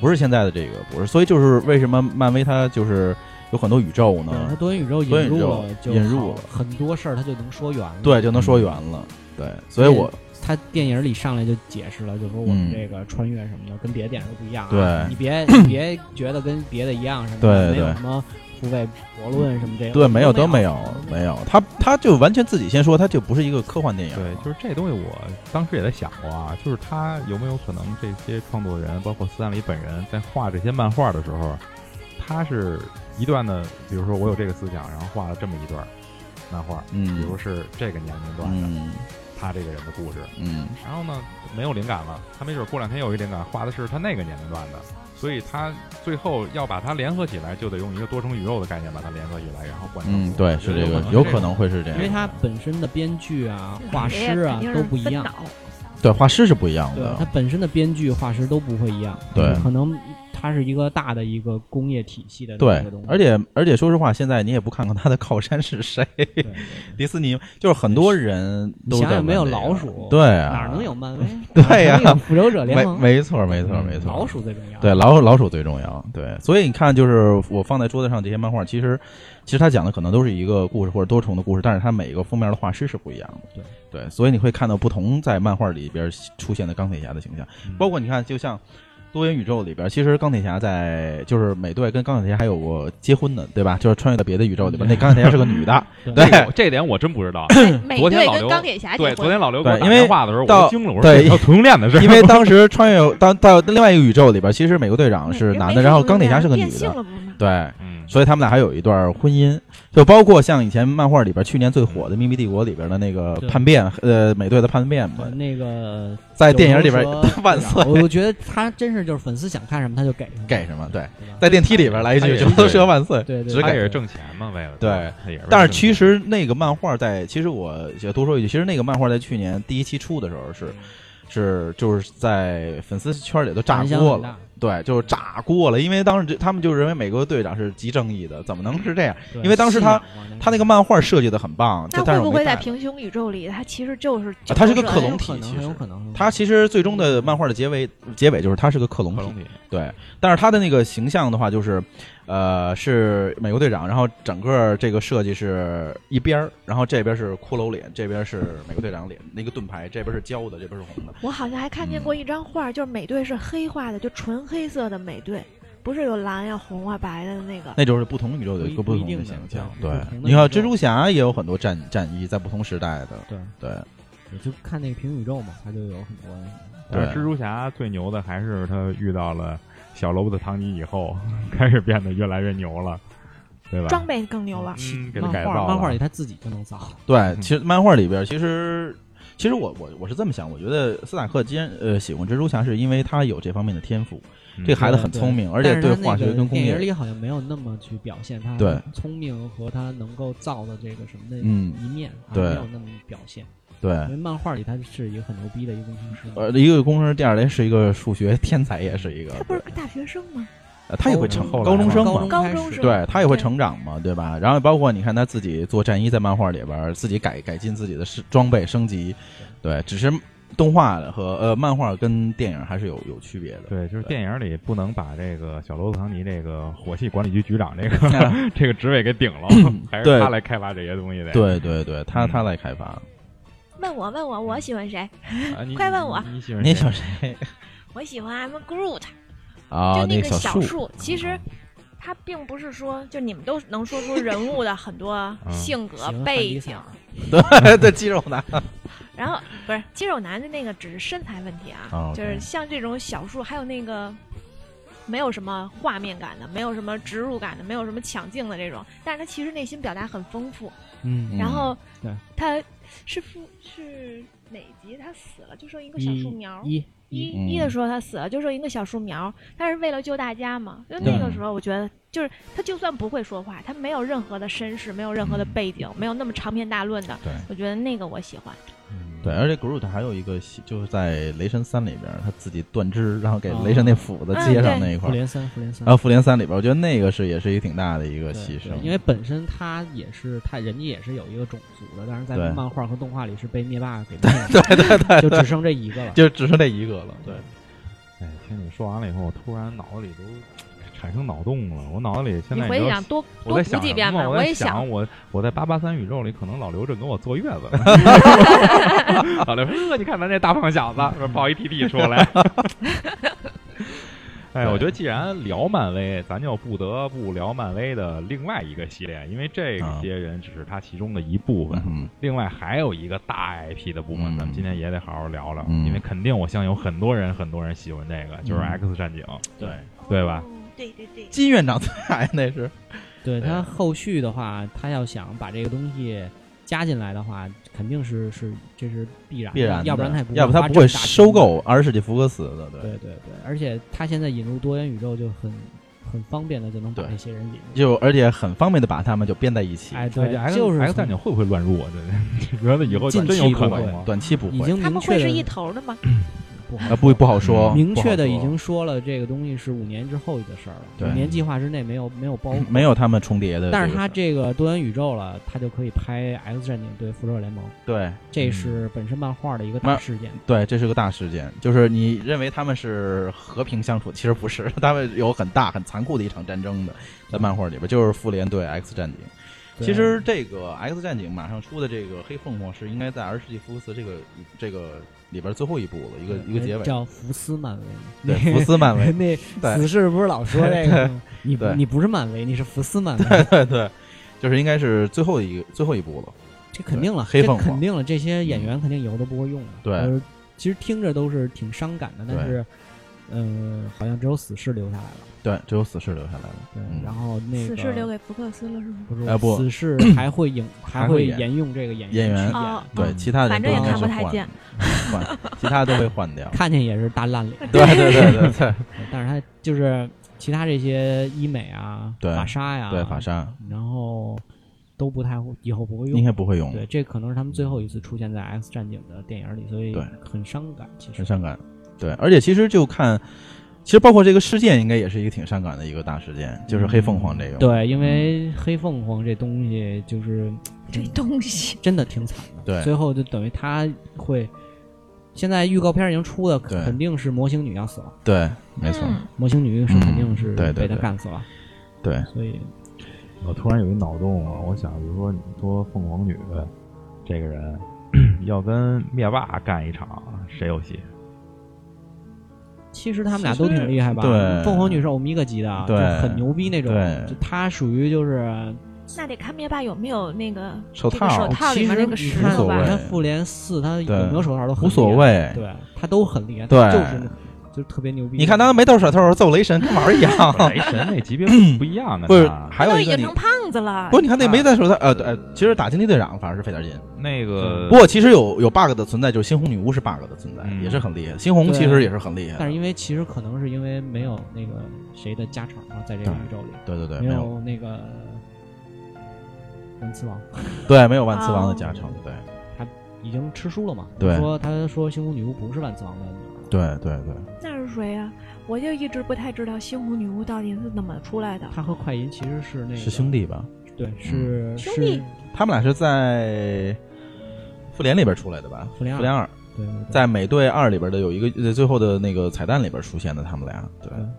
[SPEAKER 3] 不是现在的这个博士，所以就是为什么漫威它就是有很多宇宙呢？
[SPEAKER 2] 他多元宇宙
[SPEAKER 3] 嗯多
[SPEAKER 2] 引
[SPEAKER 3] 元宇
[SPEAKER 2] 入
[SPEAKER 3] 宙
[SPEAKER 2] 了，就
[SPEAKER 3] 引入
[SPEAKER 2] 好
[SPEAKER 3] 了
[SPEAKER 2] 很多事儿，他就能说圆了。
[SPEAKER 3] 对，就能说圆了。对，所以我
[SPEAKER 2] 他电影里上来就解释了，就说我们
[SPEAKER 3] 嗯
[SPEAKER 2] 这个穿越什么的、跟别的电影都不一样、啊。
[SPEAKER 3] 对
[SPEAKER 2] 你 别你别觉得跟别的一样什么的，
[SPEAKER 3] 对
[SPEAKER 2] 没有
[SPEAKER 3] 对
[SPEAKER 2] 什么付费驳论什么这个。
[SPEAKER 3] 对没有
[SPEAKER 2] 都
[SPEAKER 3] 都没有没有，他他就完全自己先说，他就不是一个科幻电影。
[SPEAKER 1] 对，就是这东西，我当时也在想过啊，就是他有没有可能这些创作人，包括斯坦李本人，在画这些漫画的时候，他是一段的，比如说我有这个思想，然后画了这么一段漫画，比
[SPEAKER 3] 嗯
[SPEAKER 1] 如是这个年龄段的
[SPEAKER 3] 嗯
[SPEAKER 1] 他这个人的故事，
[SPEAKER 3] 嗯
[SPEAKER 1] 然后呢没有灵感了，他没准过两天有一灵感，画的是他那个年龄段的，所以他最后要把它联合起来，就得用一个多重宇宙的概念把它联合起来，然后换成
[SPEAKER 3] 嗯，
[SPEAKER 1] 符
[SPEAKER 3] 对，
[SPEAKER 1] 我觉
[SPEAKER 3] 是
[SPEAKER 1] 得
[SPEAKER 3] 这个，
[SPEAKER 1] 有
[SPEAKER 3] 有可能会是这
[SPEAKER 2] 因
[SPEAKER 3] 样，
[SPEAKER 2] 为他本身的编剧啊、 画
[SPEAKER 4] 谁也
[SPEAKER 2] 师啊
[SPEAKER 4] 肯定是
[SPEAKER 2] 都不一样
[SPEAKER 4] 分，导
[SPEAKER 3] 对画师是不一样
[SPEAKER 2] 对他
[SPEAKER 3] 的。
[SPEAKER 2] 本身的编剧、画师都不会一样，
[SPEAKER 3] 嗯对
[SPEAKER 2] 可能它是一个大的一个工业体系的
[SPEAKER 3] 对
[SPEAKER 2] 一个东西，，
[SPEAKER 3] 而且而且说实话，现在你也不看看他的靠山是谁，
[SPEAKER 2] 对对对
[SPEAKER 3] 迪士尼就是很多人都
[SPEAKER 2] 想
[SPEAKER 3] 在
[SPEAKER 2] 想没有
[SPEAKER 3] 问这个
[SPEAKER 2] 老鼠
[SPEAKER 3] 对啊，
[SPEAKER 2] 哪能有漫 威？
[SPEAKER 3] 对呀
[SPEAKER 2] 哪能有复仇者联盟，嗯
[SPEAKER 3] 没没错没错没错，
[SPEAKER 2] 老鼠最重要。
[SPEAKER 3] 对，老老鼠最重要。对，所以你看，就是我放在桌子上这些漫画，其实其实它讲的可能都是一个故事或者多重的故事，但是它每一个封面的画师是不一样的。对所以你会看到不同在漫画里边出现的钢铁侠的形象，
[SPEAKER 1] 嗯
[SPEAKER 3] 包括你看，就像。多元宇宙里边，其实钢铁侠在就是美队跟钢铁侠还有过结婚的，对吧？就是穿越到别的宇宙里边，那钢铁侠是个女的， 对
[SPEAKER 1] 这个我这点我真不知道。
[SPEAKER 6] 美
[SPEAKER 1] 昨天
[SPEAKER 6] 队
[SPEAKER 1] 老
[SPEAKER 6] 跟
[SPEAKER 1] 刘
[SPEAKER 6] 钢铁
[SPEAKER 4] 哎
[SPEAKER 6] 侠
[SPEAKER 1] 对，
[SPEAKER 6] 结
[SPEAKER 1] 昨
[SPEAKER 6] 婚，
[SPEAKER 1] 天老刘给我
[SPEAKER 3] 对
[SPEAKER 1] 打
[SPEAKER 3] 因为
[SPEAKER 1] 电话的时候，我
[SPEAKER 3] 到
[SPEAKER 1] 都惊了，我说
[SPEAKER 3] 对
[SPEAKER 1] 要同性恋的事儿，
[SPEAKER 3] 因为当时穿越到到另外一个宇宙里边，其实美国队长是
[SPEAKER 4] 美
[SPEAKER 3] 男
[SPEAKER 4] 没
[SPEAKER 3] 的，
[SPEAKER 4] 什
[SPEAKER 3] 然后
[SPEAKER 4] 么
[SPEAKER 3] 钢铁侠
[SPEAKER 4] 人
[SPEAKER 3] 是个
[SPEAKER 4] 变
[SPEAKER 3] 女
[SPEAKER 4] 性
[SPEAKER 3] 的，
[SPEAKER 4] 了不是吗
[SPEAKER 3] 对，
[SPEAKER 1] 嗯，
[SPEAKER 3] 所以他们俩还有一段婚姻，就包括像以前漫画里边，去年最火的《秘密帝国》里边的那个
[SPEAKER 2] 对
[SPEAKER 3] 叛变，呃，美队的叛变嘛
[SPEAKER 2] 对，那个
[SPEAKER 3] 在电影里边 万岁
[SPEAKER 2] 啊我觉得他真是就是粉丝想看什么他就给什么，
[SPEAKER 3] 给什么？对，
[SPEAKER 2] 对吧
[SPEAKER 3] 在电梯里边来一
[SPEAKER 1] 他
[SPEAKER 3] 句
[SPEAKER 1] 也
[SPEAKER 3] “
[SPEAKER 1] 是
[SPEAKER 3] 九头蛇万岁”，
[SPEAKER 2] 对对
[SPEAKER 3] 只
[SPEAKER 1] 他也
[SPEAKER 3] 给
[SPEAKER 1] 是。挣钱嘛，为了
[SPEAKER 3] 对，
[SPEAKER 1] 他也是为了挣钱。
[SPEAKER 3] 但是其实那个漫画在，其实我也多说一句，其实那个漫画在去年第一期出的时候是，是就是在粉丝圈里都炸
[SPEAKER 2] 反响
[SPEAKER 3] 锅
[SPEAKER 2] 很
[SPEAKER 3] 了
[SPEAKER 2] 大，
[SPEAKER 3] 对，就是炸锅了，因为当时这他们就认为美国队长是极正义的，怎么能是这样？
[SPEAKER 2] 对
[SPEAKER 3] 因为当时他
[SPEAKER 2] 信仰嘛
[SPEAKER 3] 他那个漫画设计的很棒，
[SPEAKER 6] 那
[SPEAKER 3] 但是
[SPEAKER 6] 会
[SPEAKER 3] 我没
[SPEAKER 6] 不会在
[SPEAKER 3] 看
[SPEAKER 6] 平行宇宙里，他其实就是
[SPEAKER 3] 啊他是个
[SPEAKER 6] 九头
[SPEAKER 3] 克
[SPEAKER 4] 哎
[SPEAKER 6] 蛇
[SPEAKER 2] 很有
[SPEAKER 3] 隆
[SPEAKER 2] 可
[SPEAKER 3] 体
[SPEAKER 2] 能
[SPEAKER 3] 其
[SPEAKER 2] 很有
[SPEAKER 3] 实
[SPEAKER 2] 可能，
[SPEAKER 3] 他其实最终的漫画的结尾，结尾就是他是个克隆
[SPEAKER 1] 克
[SPEAKER 3] 体
[SPEAKER 1] 隆，体
[SPEAKER 3] 对。但是他的那个形象的话，就是，呃，是美国队长，然后整个这个设计是一边儿，然后这边是骷髅脸，这边是美国队长脸，那个盾牌，这边是焦的，这边是红的。
[SPEAKER 6] 我好像还看见过一张画，就是美队是黑化的，就纯黑色的美队，不是有蓝呀、红啊、白的那个。
[SPEAKER 3] 那就是不同宇宙有一个
[SPEAKER 2] 不
[SPEAKER 3] 不
[SPEAKER 2] 一
[SPEAKER 3] 同
[SPEAKER 2] 不一定的
[SPEAKER 3] 的形象。
[SPEAKER 2] 对
[SPEAKER 3] 对
[SPEAKER 2] 不同，的
[SPEAKER 3] 你看
[SPEAKER 2] 宇宙
[SPEAKER 3] 蜘蛛侠也有很多战战衣，在不同时代的。
[SPEAKER 2] 对，
[SPEAKER 3] 对，
[SPEAKER 2] 也就看那个平行宇宙嘛，他就有很多
[SPEAKER 3] 对
[SPEAKER 1] 但是蜘蛛侠最牛的还是他遇到了小罗伯特·唐尼以后， 开始变得越来越牛了，对吧？
[SPEAKER 4] 装备更牛了，
[SPEAKER 1] 嗯，给他
[SPEAKER 2] 漫
[SPEAKER 1] 改
[SPEAKER 2] 画
[SPEAKER 1] 造了
[SPEAKER 2] 漫画里他自己就能造，
[SPEAKER 3] 对，其实漫画里边，其实其实我我我是这么想，我觉得斯塔克既然呃喜欢蜘蛛侠，是因为他有这方面的天赋，
[SPEAKER 1] 嗯
[SPEAKER 3] 这孩子很
[SPEAKER 2] 对
[SPEAKER 3] 聪明，而且
[SPEAKER 2] 但是他
[SPEAKER 3] 化
[SPEAKER 2] 那
[SPEAKER 3] 学
[SPEAKER 2] 个
[SPEAKER 3] 跟工
[SPEAKER 2] 电
[SPEAKER 3] 业
[SPEAKER 2] 影里好像没有那么去表现他
[SPEAKER 3] 对
[SPEAKER 2] 聪明和他能够造的这个什么的
[SPEAKER 3] 嗯
[SPEAKER 2] 一面，啊
[SPEAKER 3] 对
[SPEAKER 2] 没有那么表现。
[SPEAKER 3] 对，
[SPEAKER 2] 因为漫画里他是一个很牛逼的一个工程师嘛，
[SPEAKER 3] 呃，一个工程师，第二雷是一个数学天才，也是一个
[SPEAKER 4] 他，不是大学生吗？
[SPEAKER 3] 呃他也会成
[SPEAKER 1] 后来
[SPEAKER 3] 高中生
[SPEAKER 2] 高
[SPEAKER 3] 嘛
[SPEAKER 2] 中，
[SPEAKER 4] 高
[SPEAKER 2] 开
[SPEAKER 4] 中
[SPEAKER 2] 始
[SPEAKER 4] 生
[SPEAKER 3] 对他也会成长嘛，对吧？然后包括你看他自己做战衣，在漫画里边儿自己改改进自己的是装备升级，对，只是动画的和呃漫画跟电影还是有有区别的。
[SPEAKER 1] 对，就是
[SPEAKER 3] 对
[SPEAKER 1] 电影里不能把这个小罗伯特唐尼这个火系管理局局长这个这个职位给顶 了，还是
[SPEAKER 3] 对
[SPEAKER 1] 他来开发这些东西的。
[SPEAKER 3] 对对对，他
[SPEAKER 1] 嗯
[SPEAKER 3] 他来开发，
[SPEAKER 7] 问我问我我喜欢谁？
[SPEAKER 1] 啊，你
[SPEAKER 7] 快问我
[SPEAKER 1] 你喜欢
[SPEAKER 3] 你
[SPEAKER 1] 谁
[SPEAKER 3] 喜欢谁
[SPEAKER 7] 我喜欢 I'm Groot，
[SPEAKER 3] 啊？
[SPEAKER 7] 就那
[SPEAKER 3] 个
[SPEAKER 7] 个
[SPEAKER 3] 树，嗯
[SPEAKER 7] 树，其实。他并不是说，就你们都能说出人物的很多
[SPEAKER 1] 嗯
[SPEAKER 7] 性格
[SPEAKER 2] 行范
[SPEAKER 7] 背
[SPEAKER 2] 迪
[SPEAKER 7] 景，
[SPEAKER 3] 对对，肌肉男。
[SPEAKER 7] 然后不是肌肉男的那个只是身材问题啊，
[SPEAKER 3] 哦，OK
[SPEAKER 7] 就是像这种小树，还有那个没有什么画面感的，没有什么植入感的，没有什么抢镜的这种，但是他其实内心表达很丰富。
[SPEAKER 2] 嗯，
[SPEAKER 7] 然后
[SPEAKER 2] 对
[SPEAKER 7] 他是父是哪集他死了，就剩一个小树苗儿。
[SPEAKER 2] 一
[SPEAKER 7] 一
[SPEAKER 3] 嗯
[SPEAKER 7] 一的时候他死了，就剩一个小树苗儿，但是为了救大家嘛，就那个时候我觉得，就是他就算不会说话，他没有任何的身世，没有任何的
[SPEAKER 3] 嗯
[SPEAKER 7] 背景，没有那么长篇大论的，
[SPEAKER 3] 对
[SPEAKER 7] 我觉得那个我喜欢。
[SPEAKER 1] 嗯
[SPEAKER 3] 对，而且 Groot 还有一个戏就是在《雷神三》里边，他自己断肢，然后给雷神那斧子接上那一
[SPEAKER 2] 哦复
[SPEAKER 3] 块儿。
[SPEAKER 2] 联三，复联三
[SPEAKER 3] 然后。《复联三》里边，我觉得那个是也是一个挺大的一个
[SPEAKER 2] 对
[SPEAKER 3] 牺
[SPEAKER 2] 对
[SPEAKER 3] 牲，
[SPEAKER 2] 因为本身他也是他，人家也是有一个种族的，但是在
[SPEAKER 3] 对
[SPEAKER 2] 漫画和动画里是被灭霸给灭了，对对 对，就只剩这一个了。
[SPEAKER 3] 就只剩这一个了。对，
[SPEAKER 1] 哎，听你说完了以后，我突然脑子里都哎产生脑洞了。我脑子里现
[SPEAKER 7] 你
[SPEAKER 1] 在
[SPEAKER 7] 回
[SPEAKER 1] 你
[SPEAKER 7] 去
[SPEAKER 1] 知道
[SPEAKER 7] 想多
[SPEAKER 1] 我
[SPEAKER 7] 多
[SPEAKER 1] 在
[SPEAKER 7] 补
[SPEAKER 1] 想
[SPEAKER 7] 几
[SPEAKER 1] 什
[SPEAKER 7] 遍
[SPEAKER 1] 么
[SPEAKER 7] 吧，
[SPEAKER 1] 我
[SPEAKER 7] 我
[SPEAKER 1] 在
[SPEAKER 7] 也想
[SPEAKER 1] 想，我我在八八三宇宙里可能老刘正跟我坐月 子呢。 老刘说：“呃你看咱这大胖小子，说抱一屁屁出来。” 哎，我觉得既然聊漫威，咱就不得不聊漫威的另外一个系列，因为这
[SPEAKER 7] 嗯
[SPEAKER 3] 啊
[SPEAKER 1] 些人只是他其中的一部分，
[SPEAKER 3] 嗯
[SPEAKER 1] 另外还有一个大 IP 的部分，
[SPEAKER 3] 嗯
[SPEAKER 1] 咱们今天也得好好聊聊，
[SPEAKER 3] 嗯
[SPEAKER 1] 因为肯定我相信有很多人很多人喜欢这个，就是
[SPEAKER 3] 嗯
[SPEAKER 1] X 战警，
[SPEAKER 3] 对，
[SPEAKER 1] 对吧？
[SPEAKER 4] 嗯对对对，
[SPEAKER 3] 金院长最爱那是
[SPEAKER 2] 对
[SPEAKER 3] 对
[SPEAKER 2] 他后续的话，他要想把这个东西加进来的话，肯定是是这是必然的，
[SPEAKER 3] 必然的，
[SPEAKER 2] 要不然他也不
[SPEAKER 3] 要不
[SPEAKER 2] 花
[SPEAKER 3] 他不
[SPEAKER 2] 这么
[SPEAKER 3] 会
[SPEAKER 2] 大成
[SPEAKER 3] 收
[SPEAKER 2] 本
[SPEAKER 3] 购而世纪福克斯的。对，
[SPEAKER 2] 对对对，而且他现在引入多元宇宙就很很方便的就能把
[SPEAKER 3] 对
[SPEAKER 2] 这些人引入。
[SPEAKER 3] 就而且很方便的把他们就编在一起。
[SPEAKER 2] 哎，
[SPEAKER 1] 哎这
[SPEAKER 2] 对，
[SPEAKER 1] X-
[SPEAKER 2] 就是
[SPEAKER 1] X
[SPEAKER 2] 从
[SPEAKER 1] 战警会不会乱入啊？这你觉得以后
[SPEAKER 2] 近
[SPEAKER 1] 真
[SPEAKER 2] 期
[SPEAKER 1] 有可
[SPEAKER 2] 不会
[SPEAKER 1] 能吗？
[SPEAKER 3] 短期不
[SPEAKER 2] 已
[SPEAKER 3] 会，
[SPEAKER 2] 经
[SPEAKER 4] 他
[SPEAKER 2] 明
[SPEAKER 4] 们会
[SPEAKER 2] 嗯确
[SPEAKER 4] 是一
[SPEAKER 2] 的
[SPEAKER 4] 头的吗？
[SPEAKER 2] 不
[SPEAKER 3] 啊
[SPEAKER 2] 好
[SPEAKER 3] 不不好说，
[SPEAKER 2] 明
[SPEAKER 3] 不好
[SPEAKER 2] 确的已
[SPEAKER 3] 说
[SPEAKER 2] 经说了，这个东西是五年之后的事儿了，
[SPEAKER 3] 对
[SPEAKER 2] 五年计划之内没有没有包
[SPEAKER 3] 嗯
[SPEAKER 2] 括。
[SPEAKER 3] 没有他们重叠的个事儿。
[SPEAKER 2] 但是他这个多元宇宙了，他就可以拍《X 战警》对《复仇者联盟》，
[SPEAKER 3] 对
[SPEAKER 2] 这是本身漫画的一个大
[SPEAKER 3] 嗯漫
[SPEAKER 2] 事件。
[SPEAKER 3] 对，这是个大事件，就是你认为他们是和平相处，其实不是， 他们有很大很残酷的一场战争的，在漫画里边就是复联对 X 战警。
[SPEAKER 2] 嗯对
[SPEAKER 3] 其实这个 X 战警马上出的这个黑凤凰是应该在二十世纪福克斯这个这个里边最后一部了，一个一个结尾。
[SPEAKER 2] 呃叫福斯漫威，
[SPEAKER 3] 对，福斯漫威，
[SPEAKER 2] 那
[SPEAKER 3] 对
[SPEAKER 2] 死侍不是老说这个吗？你不
[SPEAKER 3] 对
[SPEAKER 2] 你不是漫威，你是福斯漫威，
[SPEAKER 3] 对对，就是应该是最后一个最后一部了。
[SPEAKER 2] 这肯定了，
[SPEAKER 3] 黑
[SPEAKER 2] 这
[SPEAKER 3] 凤凰嗯
[SPEAKER 2] 肯定了，这些演员肯定有的不会用了。
[SPEAKER 3] 对
[SPEAKER 2] 呃，其实听着都是挺伤感的，但
[SPEAKER 3] 对
[SPEAKER 2] 是，呃，好像只有死侍留下来了。
[SPEAKER 3] 对，只有死侍留下来了。
[SPEAKER 2] 对，
[SPEAKER 3] 嗯
[SPEAKER 2] 然后那个
[SPEAKER 6] 死侍留给福克斯了是吗？
[SPEAKER 2] 不是
[SPEAKER 3] 哎不
[SPEAKER 2] 死 侍还会影还
[SPEAKER 3] 还会
[SPEAKER 2] 会
[SPEAKER 3] 演
[SPEAKER 2] 沿用这个演
[SPEAKER 3] 演员
[SPEAKER 2] 去
[SPEAKER 7] 哦
[SPEAKER 2] 演，。
[SPEAKER 3] 对，其他人
[SPEAKER 7] 反正
[SPEAKER 3] 都
[SPEAKER 7] 也
[SPEAKER 3] 应该
[SPEAKER 7] 看
[SPEAKER 3] 是
[SPEAKER 7] 不太
[SPEAKER 3] 换
[SPEAKER 7] 见
[SPEAKER 3] 的，换其他都会换掉
[SPEAKER 2] 看见也是大烂脸，
[SPEAKER 3] 对对对对对
[SPEAKER 2] 但是他就是其他这些医美 啊，
[SPEAKER 3] 对
[SPEAKER 2] 法鲨呀，
[SPEAKER 3] 对，法，鲨
[SPEAKER 2] 然后都不太会，以后不会
[SPEAKER 3] 应
[SPEAKER 2] 用
[SPEAKER 3] 该。不会用，
[SPEAKER 2] 对，这可能是他们最后一次出现在《X 战警》的电影里，所以
[SPEAKER 3] 对
[SPEAKER 2] 很伤感。其实
[SPEAKER 3] 很伤感。对，而且其实就看，其实包括这个事件，应该也是一个挺伤感的一个大事件，就是黑凤凰这个。
[SPEAKER 2] 对，因为黑凤凰这东西就是
[SPEAKER 6] 这 东西
[SPEAKER 2] 真的挺惨的。
[SPEAKER 3] 对
[SPEAKER 2] 最后就等于他会，现在预告片已经出了，
[SPEAKER 3] 对
[SPEAKER 2] 肯定是魔形女要死了，
[SPEAKER 3] 对，没错，
[SPEAKER 2] 魔形女是
[SPEAKER 3] 嗯
[SPEAKER 2] 肯定是
[SPEAKER 3] 对对
[SPEAKER 2] 被他
[SPEAKER 3] 对
[SPEAKER 2] 干死了，
[SPEAKER 3] 对，
[SPEAKER 2] 所以
[SPEAKER 1] 我突然有一脑洞啊，我想，比如说你说凤凰女这个人要跟灭霸干一场，谁有戏？
[SPEAKER 2] 其实他们俩都挺厉害吧？
[SPEAKER 3] 其实对
[SPEAKER 2] 凤凰女是欧米伽级的，
[SPEAKER 3] 对
[SPEAKER 2] 就很牛逼那种
[SPEAKER 3] 对，
[SPEAKER 2] 就她属于就是
[SPEAKER 7] 那得看灭霸有没有那个
[SPEAKER 3] 手
[SPEAKER 7] 这个手
[SPEAKER 3] 套
[SPEAKER 7] 套里面那个
[SPEAKER 2] 其
[SPEAKER 7] 石
[SPEAKER 2] 实你看
[SPEAKER 7] 头
[SPEAKER 3] 无所
[SPEAKER 7] 吧
[SPEAKER 3] 谓
[SPEAKER 2] 你。看复联四，她有
[SPEAKER 3] 对
[SPEAKER 2] 没有手套都很
[SPEAKER 3] 无所
[SPEAKER 2] 厉害，
[SPEAKER 3] 谓。
[SPEAKER 2] 对她都很厉害，
[SPEAKER 3] 对
[SPEAKER 2] 她就是就是特别牛逼。
[SPEAKER 3] 你看他没戴手套揍雷神，跟玩儿 一样。
[SPEAKER 1] 雷神那级别不不一样的，
[SPEAKER 3] 不是，
[SPEAKER 2] 啊
[SPEAKER 1] 那
[SPEAKER 3] 还有
[SPEAKER 6] 都
[SPEAKER 3] 一
[SPEAKER 6] 已
[SPEAKER 3] 个
[SPEAKER 6] 经
[SPEAKER 3] 你，
[SPEAKER 6] 成胖子了
[SPEAKER 3] 不，是你看那没戴手套，呃呃，其实打惊奇队长反而是费点劲。
[SPEAKER 1] 那个
[SPEAKER 3] 不过其实有有 bug 的存在，就是猩红女巫是 bug 的存在，
[SPEAKER 1] 嗯
[SPEAKER 3] 也是很厉害。猩红其实也是很厉害的，
[SPEAKER 2] 但是因为其实可能是因为没有那个谁的加成啊，在这个宇宙里
[SPEAKER 3] 对对对，
[SPEAKER 2] 没
[SPEAKER 3] 没有
[SPEAKER 2] 有那个文磁王
[SPEAKER 3] 对没有万磁王的加成，对
[SPEAKER 2] 已经吃书了嘛？
[SPEAKER 3] 对
[SPEAKER 2] 说他说猩红女巫不是万磁王的女儿了，
[SPEAKER 3] 对对对，
[SPEAKER 6] 那是谁呀、我就一直不太知道猩红女巫到底是怎么出来的。
[SPEAKER 2] 他和快银其实是那个
[SPEAKER 3] 是兄，弟嗯吧？
[SPEAKER 2] 对，是
[SPEAKER 6] 兄弟
[SPEAKER 2] 是
[SPEAKER 3] 他们俩是在复联里边出来的吧？
[SPEAKER 2] 复联二
[SPEAKER 3] 复联二，
[SPEAKER 2] 对对对
[SPEAKER 3] 在美队二里边的有一个呃最后的那个彩蛋里边出现的他们俩，对，
[SPEAKER 2] 嗯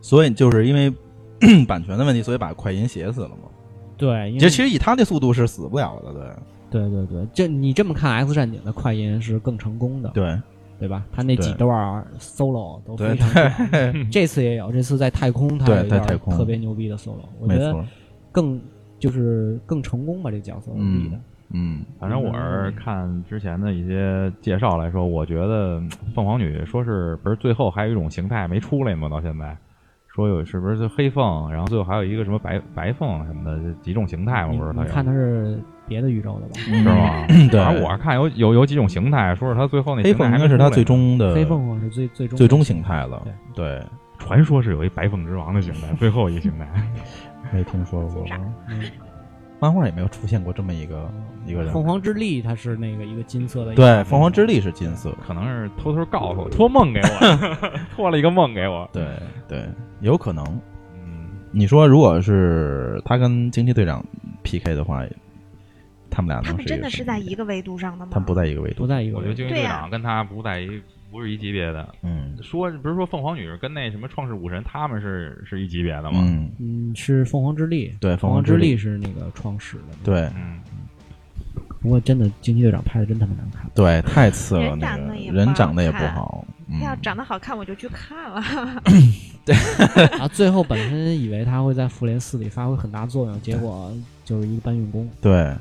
[SPEAKER 3] 所以就是因为 版权的问题，所以把快银写死了嘛。
[SPEAKER 2] 对，因
[SPEAKER 3] 其
[SPEAKER 2] 为
[SPEAKER 3] 实其实以他的速度是死不了的，
[SPEAKER 2] 对对对，这你这么看，《X 战警》的快银是更成功的，
[SPEAKER 3] 对
[SPEAKER 2] 对吧？他那几
[SPEAKER 3] 对
[SPEAKER 2] 段儿 solo 都
[SPEAKER 3] 对
[SPEAKER 2] 非常屌， 这次也有，这次在太空他
[SPEAKER 3] 对
[SPEAKER 2] 有一段
[SPEAKER 3] 在太空
[SPEAKER 2] 特别牛逼的 solo，我
[SPEAKER 3] 对，没
[SPEAKER 2] 觉得
[SPEAKER 3] 错，
[SPEAKER 2] 更就是更成功吧，这个角色立的
[SPEAKER 3] 嗯，嗯，
[SPEAKER 1] 反正我是看之前的一些介绍来说，我觉得嗯凤凰女说是不是最后还有一种形态没出来吗？到现在说有是不是就黑凤，然后最后还有一个什么白白凤什么的这几种形态嘛？
[SPEAKER 2] 你
[SPEAKER 1] 不是
[SPEAKER 2] 你
[SPEAKER 1] 它有
[SPEAKER 2] 看他是别的宇宙的吧？
[SPEAKER 1] 是吗？
[SPEAKER 3] 嗯对
[SPEAKER 1] 反正我是看有有有几种形态，说是它最后那
[SPEAKER 3] 黑
[SPEAKER 1] 形态
[SPEAKER 3] 凤
[SPEAKER 1] 还
[SPEAKER 3] 应
[SPEAKER 1] 没
[SPEAKER 3] 该是
[SPEAKER 1] 出
[SPEAKER 3] 他
[SPEAKER 1] 来
[SPEAKER 3] 最终的
[SPEAKER 2] 黑凤凰是最最终
[SPEAKER 3] 最终形态了，对，
[SPEAKER 1] 传说是有一白凤之王的形态，最后一形态。
[SPEAKER 3] 没听说过，
[SPEAKER 2] 嗯
[SPEAKER 3] 漫画也没有出现过这么一个一个人。
[SPEAKER 2] 凤凰之力，它是那个一个金色的一个
[SPEAKER 3] 对，凤凰之力是金色，
[SPEAKER 1] 可能是偷偷告诉我，托梦给我， 托了一个梦给我。
[SPEAKER 3] 对对，有可能。
[SPEAKER 1] 嗯，
[SPEAKER 3] 你说如果是他跟惊奇队长 PK 的话，他们俩
[SPEAKER 4] 他
[SPEAKER 3] 能
[SPEAKER 4] 们
[SPEAKER 3] 是一
[SPEAKER 4] 真
[SPEAKER 3] 个
[SPEAKER 4] 的
[SPEAKER 3] 什
[SPEAKER 4] 是
[SPEAKER 3] 么
[SPEAKER 4] 在
[SPEAKER 3] 级别
[SPEAKER 4] 一个维度上的吗？
[SPEAKER 3] 他们不在一个维
[SPEAKER 2] 不
[SPEAKER 3] 度，
[SPEAKER 2] 在一个
[SPEAKER 1] 我觉
[SPEAKER 2] 维
[SPEAKER 1] 得
[SPEAKER 2] 度
[SPEAKER 1] 惊奇
[SPEAKER 4] 对
[SPEAKER 1] 队
[SPEAKER 4] 呀
[SPEAKER 1] 长跟他不在一不是一级别的。
[SPEAKER 3] 嗯
[SPEAKER 1] 说不是说凤凰女跟那什么创世武神他们是是一级别的吗？
[SPEAKER 3] 嗯，
[SPEAKER 2] 嗯，是凤凰之力，
[SPEAKER 3] 对，
[SPEAKER 2] 凤
[SPEAKER 3] 凤
[SPEAKER 2] 凰
[SPEAKER 3] 凰
[SPEAKER 2] 之
[SPEAKER 3] 力
[SPEAKER 2] 力，是那个创始的。
[SPEAKER 3] 对
[SPEAKER 1] 嗯，
[SPEAKER 2] 不过真的，惊奇队长拍的真他妈难 看。
[SPEAKER 3] 对，太次了，
[SPEAKER 4] 人
[SPEAKER 3] 那
[SPEAKER 4] 长
[SPEAKER 3] 个
[SPEAKER 4] 得也
[SPEAKER 3] 人
[SPEAKER 4] 不
[SPEAKER 3] 长得也
[SPEAKER 4] 好
[SPEAKER 3] 不
[SPEAKER 4] 看
[SPEAKER 3] 好，嗯，
[SPEAKER 7] 要长得好看我就去看了，
[SPEAKER 2] 然后最后本身以为他会在复联四里发挥很大作用，结果就是一个搬运工。
[SPEAKER 3] 对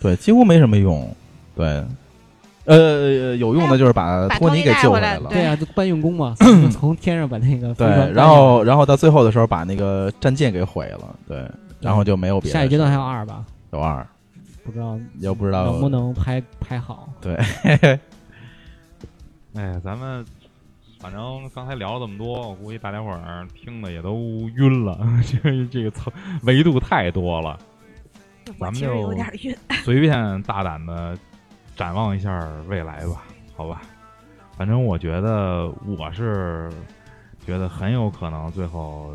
[SPEAKER 3] 对，几乎没什么用，对。呃，有用的就是把
[SPEAKER 7] 把
[SPEAKER 3] 托
[SPEAKER 7] 托
[SPEAKER 3] 尼
[SPEAKER 7] 尼
[SPEAKER 3] 给
[SPEAKER 7] 带
[SPEAKER 3] 救
[SPEAKER 7] 回
[SPEAKER 3] 回
[SPEAKER 7] 来
[SPEAKER 3] 了，
[SPEAKER 2] 对啊，就搬运工 嘛，从从天上把那个
[SPEAKER 3] 对
[SPEAKER 2] 飞船，
[SPEAKER 3] 然后然后到最后的时候把那个战舰给毁了，对，然后就没有
[SPEAKER 2] 搬运
[SPEAKER 3] 别的事。哦
[SPEAKER 2] 下一阶段还有二吧，
[SPEAKER 3] 有二，
[SPEAKER 2] 不知道
[SPEAKER 3] 又不知道
[SPEAKER 2] 能不能拍拍好。
[SPEAKER 1] 哎，咱们反正刚才聊了这么多，我估计大家伙儿听的也都晕了， 这这个层维度太多了，咱
[SPEAKER 4] 我
[SPEAKER 1] 们
[SPEAKER 4] 其实
[SPEAKER 1] 就
[SPEAKER 4] 有点晕。
[SPEAKER 2] 啊
[SPEAKER 1] 随便大胆的展望一下未来吧，好吧。反正我觉得我是觉得很有可能最后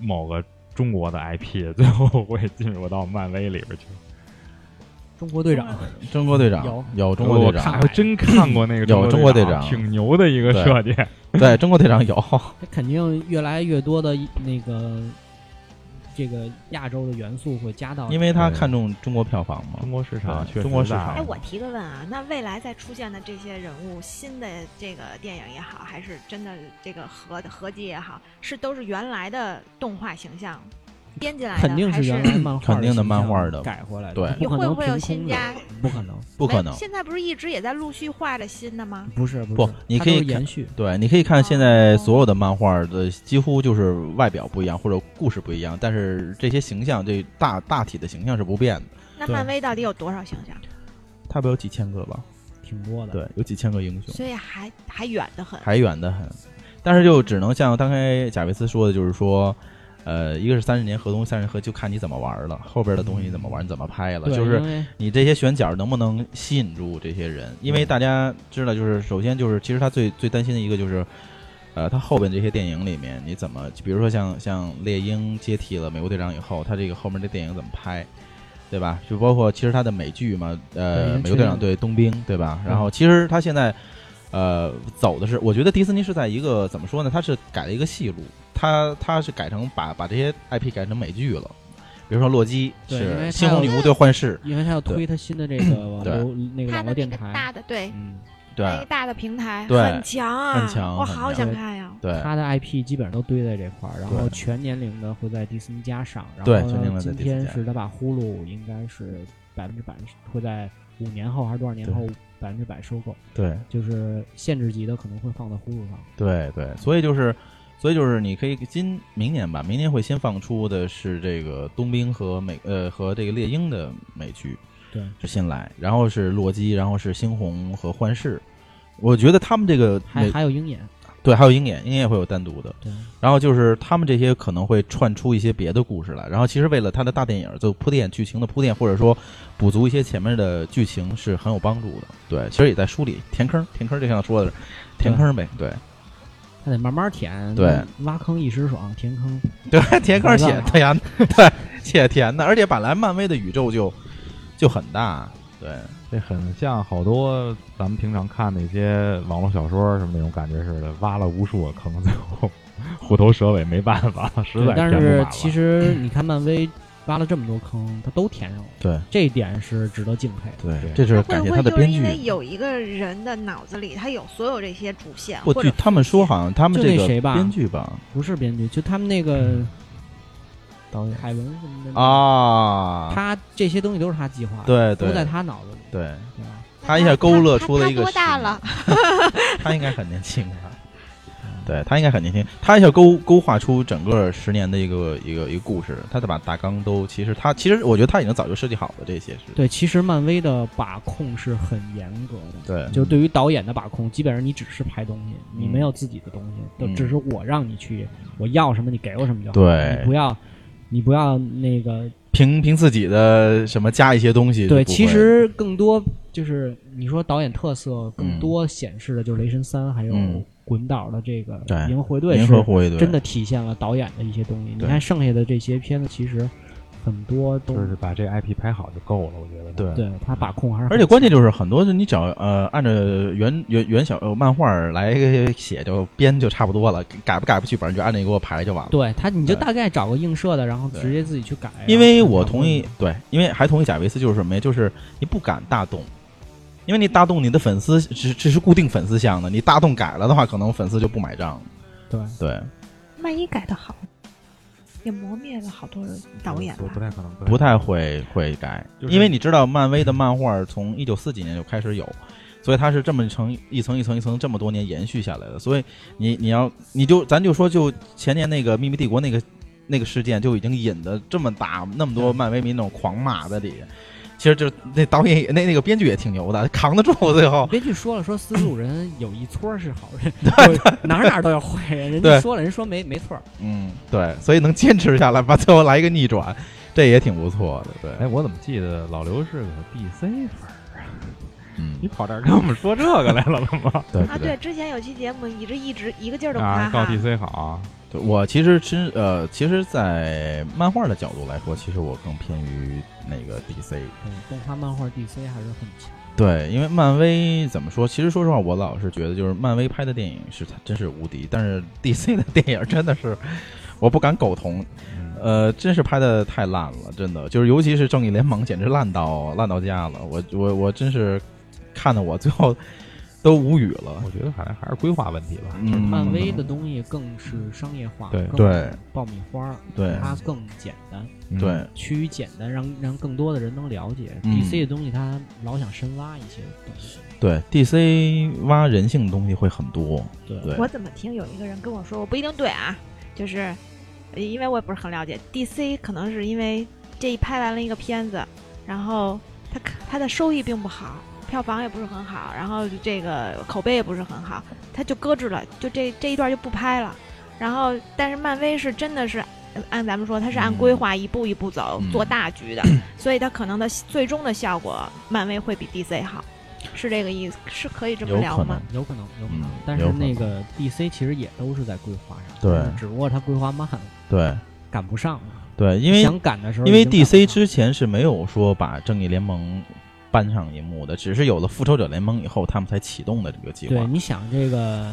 [SPEAKER 1] 某个中国的 IP 最后会进入到漫威里边去。
[SPEAKER 2] 中国队长，
[SPEAKER 3] 哦中国队长
[SPEAKER 2] 有
[SPEAKER 3] 有中国队
[SPEAKER 1] 我
[SPEAKER 3] 长哎
[SPEAKER 1] 看我，真看过 那个
[SPEAKER 3] 有中
[SPEAKER 1] 中
[SPEAKER 3] 国
[SPEAKER 1] 国
[SPEAKER 3] 队
[SPEAKER 1] 长，
[SPEAKER 3] 长
[SPEAKER 1] 挺牛的一个设计。
[SPEAKER 3] 对中国队长有，
[SPEAKER 2] 他肯定越来越多的那个这个亚洲的元素会加到。
[SPEAKER 3] 因为他看中中国票房嘛
[SPEAKER 1] 中。国市场确实大，
[SPEAKER 3] 对啊中国市场
[SPEAKER 4] 哎，我提个问啊，那未来再出现的这些人物，新的这个电影也好，还是真的这个合合集也好，是都是原来的动画形象编进来的，
[SPEAKER 2] 肯定
[SPEAKER 4] 还
[SPEAKER 2] 是原来漫画，
[SPEAKER 3] 肯定的漫画的
[SPEAKER 2] 改回来的，不
[SPEAKER 3] 对
[SPEAKER 2] 可
[SPEAKER 4] 会
[SPEAKER 2] 能
[SPEAKER 4] 不会有
[SPEAKER 2] 凭
[SPEAKER 4] 新
[SPEAKER 2] 空
[SPEAKER 4] 加
[SPEAKER 2] 的？不可能，
[SPEAKER 3] 不可
[SPEAKER 4] 没
[SPEAKER 3] 能，
[SPEAKER 4] 现在不是一直也在陆续画着新的吗？
[SPEAKER 2] 不是不
[SPEAKER 3] 不
[SPEAKER 2] 是
[SPEAKER 3] 你
[SPEAKER 2] 它
[SPEAKER 3] 可以
[SPEAKER 2] 都是
[SPEAKER 3] 看
[SPEAKER 2] 延续。
[SPEAKER 3] 对，你可以看现在所有的漫画的几乎就是外表不一样或者故事不一样，但是这些形象这大大体的形象是不变的。
[SPEAKER 4] 那
[SPEAKER 2] 对
[SPEAKER 4] 漫威到底有多少形象？
[SPEAKER 3] 他不有几千个吧？
[SPEAKER 2] 挺多的。
[SPEAKER 3] 对，有几千个英雄，
[SPEAKER 4] 所以还还远得很。
[SPEAKER 3] 还远得很。但是就只能像刚才贾维斯说的，就是说，呃，一个是三十年河东，三十河就看你怎么玩了，后边的东西你怎么玩，你怎么拍了，
[SPEAKER 2] 对，
[SPEAKER 3] 就是
[SPEAKER 2] 因为
[SPEAKER 3] 你这些选角能不能吸引住这些人？因
[SPEAKER 2] 嗯
[SPEAKER 3] 为大家知道，就是首先就是，其实他最最担心的一个就是，呃，他后边这些电影里面你怎么，比如说像像猎鹰接替了美国队长以后，他这个后面这电影怎么拍，对吧？就包括其实他的美剧嘛，
[SPEAKER 2] 对已嗯
[SPEAKER 3] 呃，
[SPEAKER 2] 经
[SPEAKER 3] 美国队长
[SPEAKER 2] 确
[SPEAKER 3] 对冬兵，对吧？然后其实他现在，呃，走的是，我觉得迪士尼是在一个怎么说呢？他是改了一个戏路，他他是改成把把这些 IP 改成美剧了。比如说洛基
[SPEAKER 2] 对因为他
[SPEAKER 3] 是猩红
[SPEAKER 2] 有
[SPEAKER 3] 女巫对幻视，
[SPEAKER 2] 因为他要推他新的这个网
[SPEAKER 3] 对
[SPEAKER 2] 络那个
[SPEAKER 7] 他
[SPEAKER 2] 网
[SPEAKER 7] 的
[SPEAKER 2] 络
[SPEAKER 7] 那
[SPEAKER 2] 电
[SPEAKER 7] 个
[SPEAKER 2] 台，
[SPEAKER 7] 大的对，
[SPEAKER 2] 嗯，
[SPEAKER 3] 对，
[SPEAKER 7] 那个大的平台
[SPEAKER 3] 对
[SPEAKER 7] 很强啊，
[SPEAKER 3] 很强
[SPEAKER 7] 我
[SPEAKER 3] 很
[SPEAKER 7] 好
[SPEAKER 3] 强
[SPEAKER 7] 想看呀。
[SPEAKER 3] 对，
[SPEAKER 2] 他的 IP 基本上都堆在这块儿，然后
[SPEAKER 3] 对
[SPEAKER 2] 全年龄的会在迪士尼加上，然
[SPEAKER 3] 对
[SPEAKER 2] 后
[SPEAKER 3] 全年龄
[SPEAKER 2] 呢，
[SPEAKER 3] 在
[SPEAKER 2] 今
[SPEAKER 3] 迪士尼
[SPEAKER 2] 天
[SPEAKER 3] 加
[SPEAKER 2] 是他把呼噜应该是百分之百会在五年后还是多少年后百分之百收购，
[SPEAKER 3] 对
[SPEAKER 2] 就是限制级的可能会放在呼噜上，
[SPEAKER 3] 对对，所以就是，所以就是，你可以今明年吧，明年会先放出的是这个冬兵和美呃和这个猎鹰的美剧，
[SPEAKER 2] 对，
[SPEAKER 3] 是新来，然后是洛基，然后是猩红和幻视，我觉得他们这个
[SPEAKER 2] 还
[SPEAKER 3] 美
[SPEAKER 2] 还有鹰眼，
[SPEAKER 3] 对还有鹰眼，鹰眼会有单独的，
[SPEAKER 2] 对，
[SPEAKER 3] 然后就是他们这些可能会串出一些别的故事来，然后其实为了他的大电影就铺垫剧情的铺垫，或者说补足一些前面的剧情是很有帮助的。对，其实也在梳理填坑，填坑就像说的，填坑呗，对
[SPEAKER 2] 他得慢慢填，
[SPEAKER 3] 对，
[SPEAKER 2] 挖坑一时爽，填坑
[SPEAKER 3] 对，填坑写
[SPEAKER 2] 没办法
[SPEAKER 3] 对呀，对写填的，而且本来漫威的宇宙就就很大，对，
[SPEAKER 1] 这哎很像好多咱们平常看的一些网络小说什么那种感觉似的，挖了无数个坑，最后虎头蛇尾，没办法， 实
[SPEAKER 2] 对
[SPEAKER 1] 在
[SPEAKER 2] 但
[SPEAKER 1] 填不满
[SPEAKER 2] 是
[SPEAKER 1] 了
[SPEAKER 2] 其实你看漫威挖了这么多坑，他都填上了，
[SPEAKER 3] 对
[SPEAKER 2] 这一点是值得敬佩的。
[SPEAKER 3] 对
[SPEAKER 1] 对，
[SPEAKER 3] 这是
[SPEAKER 6] 会
[SPEAKER 3] 感谢
[SPEAKER 6] 不
[SPEAKER 3] 他
[SPEAKER 6] 会
[SPEAKER 3] 的
[SPEAKER 6] 就是
[SPEAKER 3] 编
[SPEAKER 6] 因为
[SPEAKER 3] 剧。
[SPEAKER 6] 有一个人的脑子里他有所有这些主线，
[SPEAKER 3] 不，
[SPEAKER 6] 或
[SPEAKER 3] 据
[SPEAKER 6] 者
[SPEAKER 3] 他们说，好像他们
[SPEAKER 2] 就
[SPEAKER 3] 这
[SPEAKER 2] 那
[SPEAKER 3] 个
[SPEAKER 2] 谁吧
[SPEAKER 3] 编剧吧，
[SPEAKER 2] 不是编剧，就他们那
[SPEAKER 3] 嗯
[SPEAKER 2] 个导演海文什么的，
[SPEAKER 3] 啊，
[SPEAKER 2] 他这些东西都是他计划的，
[SPEAKER 3] 对
[SPEAKER 2] 都在
[SPEAKER 3] 对
[SPEAKER 2] 他脑子里，
[SPEAKER 3] 对，
[SPEAKER 2] 对吧？
[SPEAKER 3] 他一下勾勒出了
[SPEAKER 6] 他
[SPEAKER 3] 一个
[SPEAKER 6] 多大
[SPEAKER 3] 十
[SPEAKER 6] 了？
[SPEAKER 3] 他应该很年轻啊吧？ 对他应该很年轻，他一下勾勾画出整个十年的一个一个一个故事，他得把大纲都，其实他其实我觉得他已经早就设计好了这些事。
[SPEAKER 2] 对，其实漫威的把控是很严格的。
[SPEAKER 3] 对
[SPEAKER 2] 就对于导演的把控，基本上你只是拍东西，你
[SPEAKER 3] 嗯
[SPEAKER 2] 没有自己的东西，都
[SPEAKER 3] 嗯
[SPEAKER 2] 只是我让你去，我要什么你给我什么就好，
[SPEAKER 3] 对
[SPEAKER 2] 你不要，你不要那个
[SPEAKER 3] 凭凭自己的什么加一些东西就不
[SPEAKER 2] 对，
[SPEAKER 3] 会。
[SPEAKER 2] 其实更多就是你说导演特色，更
[SPEAKER 3] 嗯
[SPEAKER 2] 多显示的就是《雷神三》还有
[SPEAKER 3] 嗯
[SPEAKER 2] 《滚导》的这个
[SPEAKER 3] 对
[SPEAKER 2] 《银河队》
[SPEAKER 3] 银河
[SPEAKER 2] 是
[SPEAKER 3] 护卫队
[SPEAKER 2] 真的体现了导演的一些东西。你
[SPEAKER 3] 对
[SPEAKER 2] 看剩下的这些片子，其实很多都
[SPEAKER 1] 就是把这 IP 拍好就够了，我觉得。
[SPEAKER 3] 对，
[SPEAKER 2] 对他把控还是很
[SPEAKER 3] 而且关键就是很多是你只要呃按照原原原小、呃、漫画来写就编就差不多了，改不改不去，反正就按那给我排就完了。
[SPEAKER 2] 对他，你就
[SPEAKER 3] 对
[SPEAKER 2] 大概找个映射的，然后
[SPEAKER 3] 对
[SPEAKER 2] 直接自己去改。啊
[SPEAKER 3] 因为我同
[SPEAKER 2] 然
[SPEAKER 3] 意
[SPEAKER 2] 后，
[SPEAKER 3] 对，因为还同意贾维斯就是什么呀？就是你不敢大动，因为你大动你的粉丝只这是固定粉丝项的，你大动改了的话，可能粉丝就不买账。
[SPEAKER 2] 嗯对
[SPEAKER 3] 对，
[SPEAKER 6] 万一改的好，也磨灭了好多人导演啊
[SPEAKER 1] 不
[SPEAKER 6] 吧
[SPEAKER 1] 不。太可能，
[SPEAKER 3] 不太会会改，
[SPEAKER 1] 就是
[SPEAKER 3] 因为你知道漫威的漫画从一九四几年就开始有。所以它是这么成一层一层一层这么多年延续下来的，所以你你要你就咱就说就前年那个秘密帝国那个那个事件就已经引得这么大那么多漫威迷那种狂骂在里，其实就是那导演也那那个编剧也挺牛的，扛得住最后。
[SPEAKER 2] 编剧说了，说丝路 人有一撮儿是好人，就是哪儿哪儿都有坏人。人家
[SPEAKER 3] 对
[SPEAKER 2] 说了，人说没没错儿。
[SPEAKER 3] 嗯，对，所以能坚持下来，把最后来一个逆转，这 也挺不错的。对，
[SPEAKER 1] 哎，我怎么记得老刘是个 DC 粉儿？
[SPEAKER 3] 嗯
[SPEAKER 1] 你，跑这儿跟我们说这个来了吗？
[SPEAKER 3] 对
[SPEAKER 6] 啊，
[SPEAKER 3] 对
[SPEAKER 6] 对，之前有期节目一直一直一个劲儿的夸
[SPEAKER 1] 啊，告
[SPEAKER 6] 哈，
[SPEAKER 1] DC 好啊，
[SPEAKER 3] 对我其实真呃，其实，在漫画的角度来说，其实我更偏于那个 DC。
[SPEAKER 2] 嗯，动画、漫画、DC 还是很强。
[SPEAKER 3] 对，因为漫威怎么说？其实说实话，我老是觉得，就是漫威拍的电影是它真是无敌，但是 DC 的电影真的是，我不敢苟同。
[SPEAKER 1] 嗯
[SPEAKER 3] 呃，真是拍的太烂了，真的就是，尤其是正义联盟，简直烂到烂到家了。我我我真是看的我最后都无语了。
[SPEAKER 1] 我觉得反正还是规划问题吧。
[SPEAKER 3] 嗯，
[SPEAKER 2] 漫威的东西更是商业化，
[SPEAKER 1] 对
[SPEAKER 2] 更
[SPEAKER 3] 对
[SPEAKER 2] 爆米花儿，
[SPEAKER 3] 对
[SPEAKER 2] 它更简单，
[SPEAKER 1] 嗯
[SPEAKER 3] 对，
[SPEAKER 2] 趋于简单，让让更多的人能了解。
[SPEAKER 3] 嗯
[SPEAKER 2] DC 的东西，它老想深挖一些东西。
[SPEAKER 3] 对，DC 挖人性的东西会很多，
[SPEAKER 2] 对
[SPEAKER 3] 对
[SPEAKER 6] 我怎么听有一个人跟我说，我不一定对啊，就是呃因为我也不是很了解 DC，可能是因为这一拍完了一个片子，然后他他的收益并不好，票房也不是很好，然后这个口碑也不是很好，他就搁置了，就这这一段就不拍了。然后，但是漫威是真的是呃按咱们说，它是按
[SPEAKER 3] 嗯
[SPEAKER 6] 规划一步一步走，
[SPEAKER 3] 嗯
[SPEAKER 6] 做大局的，所以它可能的最终的效果，漫威会比 DC 好，是这个意思，是可以这么
[SPEAKER 3] 有
[SPEAKER 6] 聊
[SPEAKER 3] 可
[SPEAKER 6] 吗
[SPEAKER 3] 能？
[SPEAKER 2] 有可能，有可能
[SPEAKER 3] 嗯，
[SPEAKER 2] 但
[SPEAKER 3] 有
[SPEAKER 2] 是
[SPEAKER 3] 可
[SPEAKER 2] 那
[SPEAKER 3] 能
[SPEAKER 2] 个 DC 其实也都是在规划上，
[SPEAKER 3] 对
[SPEAKER 2] 但是只不过它规划慢了，
[SPEAKER 3] 对
[SPEAKER 2] 赶不上了。
[SPEAKER 3] 对，因为
[SPEAKER 2] 想赶的时候已
[SPEAKER 3] 因
[SPEAKER 2] 经
[SPEAKER 3] 为
[SPEAKER 2] 赶不上了，
[SPEAKER 3] DC 之前是没有说把正义联盟搬上荧幕的，只是有了复仇者联盟以后，他们才启动的这个计
[SPEAKER 2] 对，
[SPEAKER 3] 划。
[SPEAKER 2] 你想这 个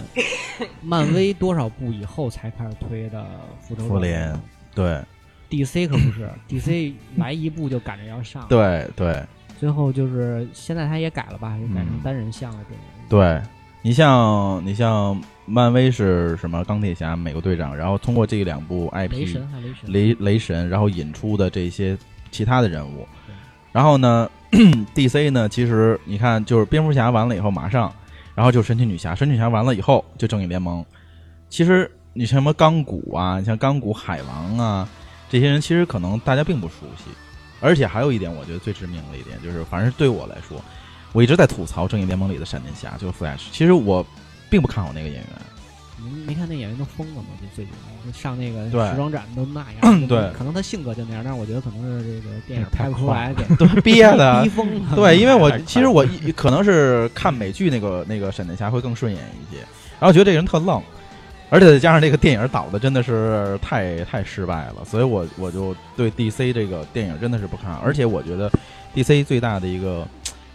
[SPEAKER 2] 漫威多少部以后才开始推的复仇者
[SPEAKER 3] 复联对
[SPEAKER 2] ？DC 可不是 ，DC 来一部就赶着要上，，
[SPEAKER 3] 对对
[SPEAKER 2] 最后就是现在他也改了吧，也改成
[SPEAKER 3] 嗯
[SPEAKER 2] 单人项了，电影。
[SPEAKER 3] 对，你像你像漫威是什么钢铁侠、美国队长，然后通过这两部 IP
[SPEAKER 2] 雷神还啊雷神，
[SPEAKER 3] 雷雷神，然后引出的这些其他的人物
[SPEAKER 2] 对。
[SPEAKER 3] 然后呢 ，DC 呢，其实你看，就是蝙蝠侠完了以后，马上，然后就神奇女侠，神奇女侠完了以后，就正义联盟。其实你像什么钢骨啊，你像钢骨、海王啊，这些人其实可能大家并不熟悉。而且还有一点，我觉得最致命的一点就是，反正对我来说，我一直在吐槽正义联盟里的闪电侠，就是 Flash。其实我并不看好那个演员，
[SPEAKER 2] 你没看那演员都疯了吗？就最近啊就上那个
[SPEAKER 3] 对
[SPEAKER 2] 时装展都那 样，
[SPEAKER 3] 对
[SPEAKER 2] 可能他性格就那样，但是我觉得可能是这个电影
[SPEAKER 1] 这太
[SPEAKER 2] 拍不出来，给
[SPEAKER 3] 憋的
[SPEAKER 2] 逼疯 了。
[SPEAKER 3] 啊对，因为我
[SPEAKER 1] 太快
[SPEAKER 3] 其实我一可能是看美剧那个那个闪电侠会更顺眼一些，然后觉得这个人特愣，而且再加上这个电影导的真的是太太失败了，所以我我就对 DC 这个电影真的是不看好，而且我觉得 DC 最大的一个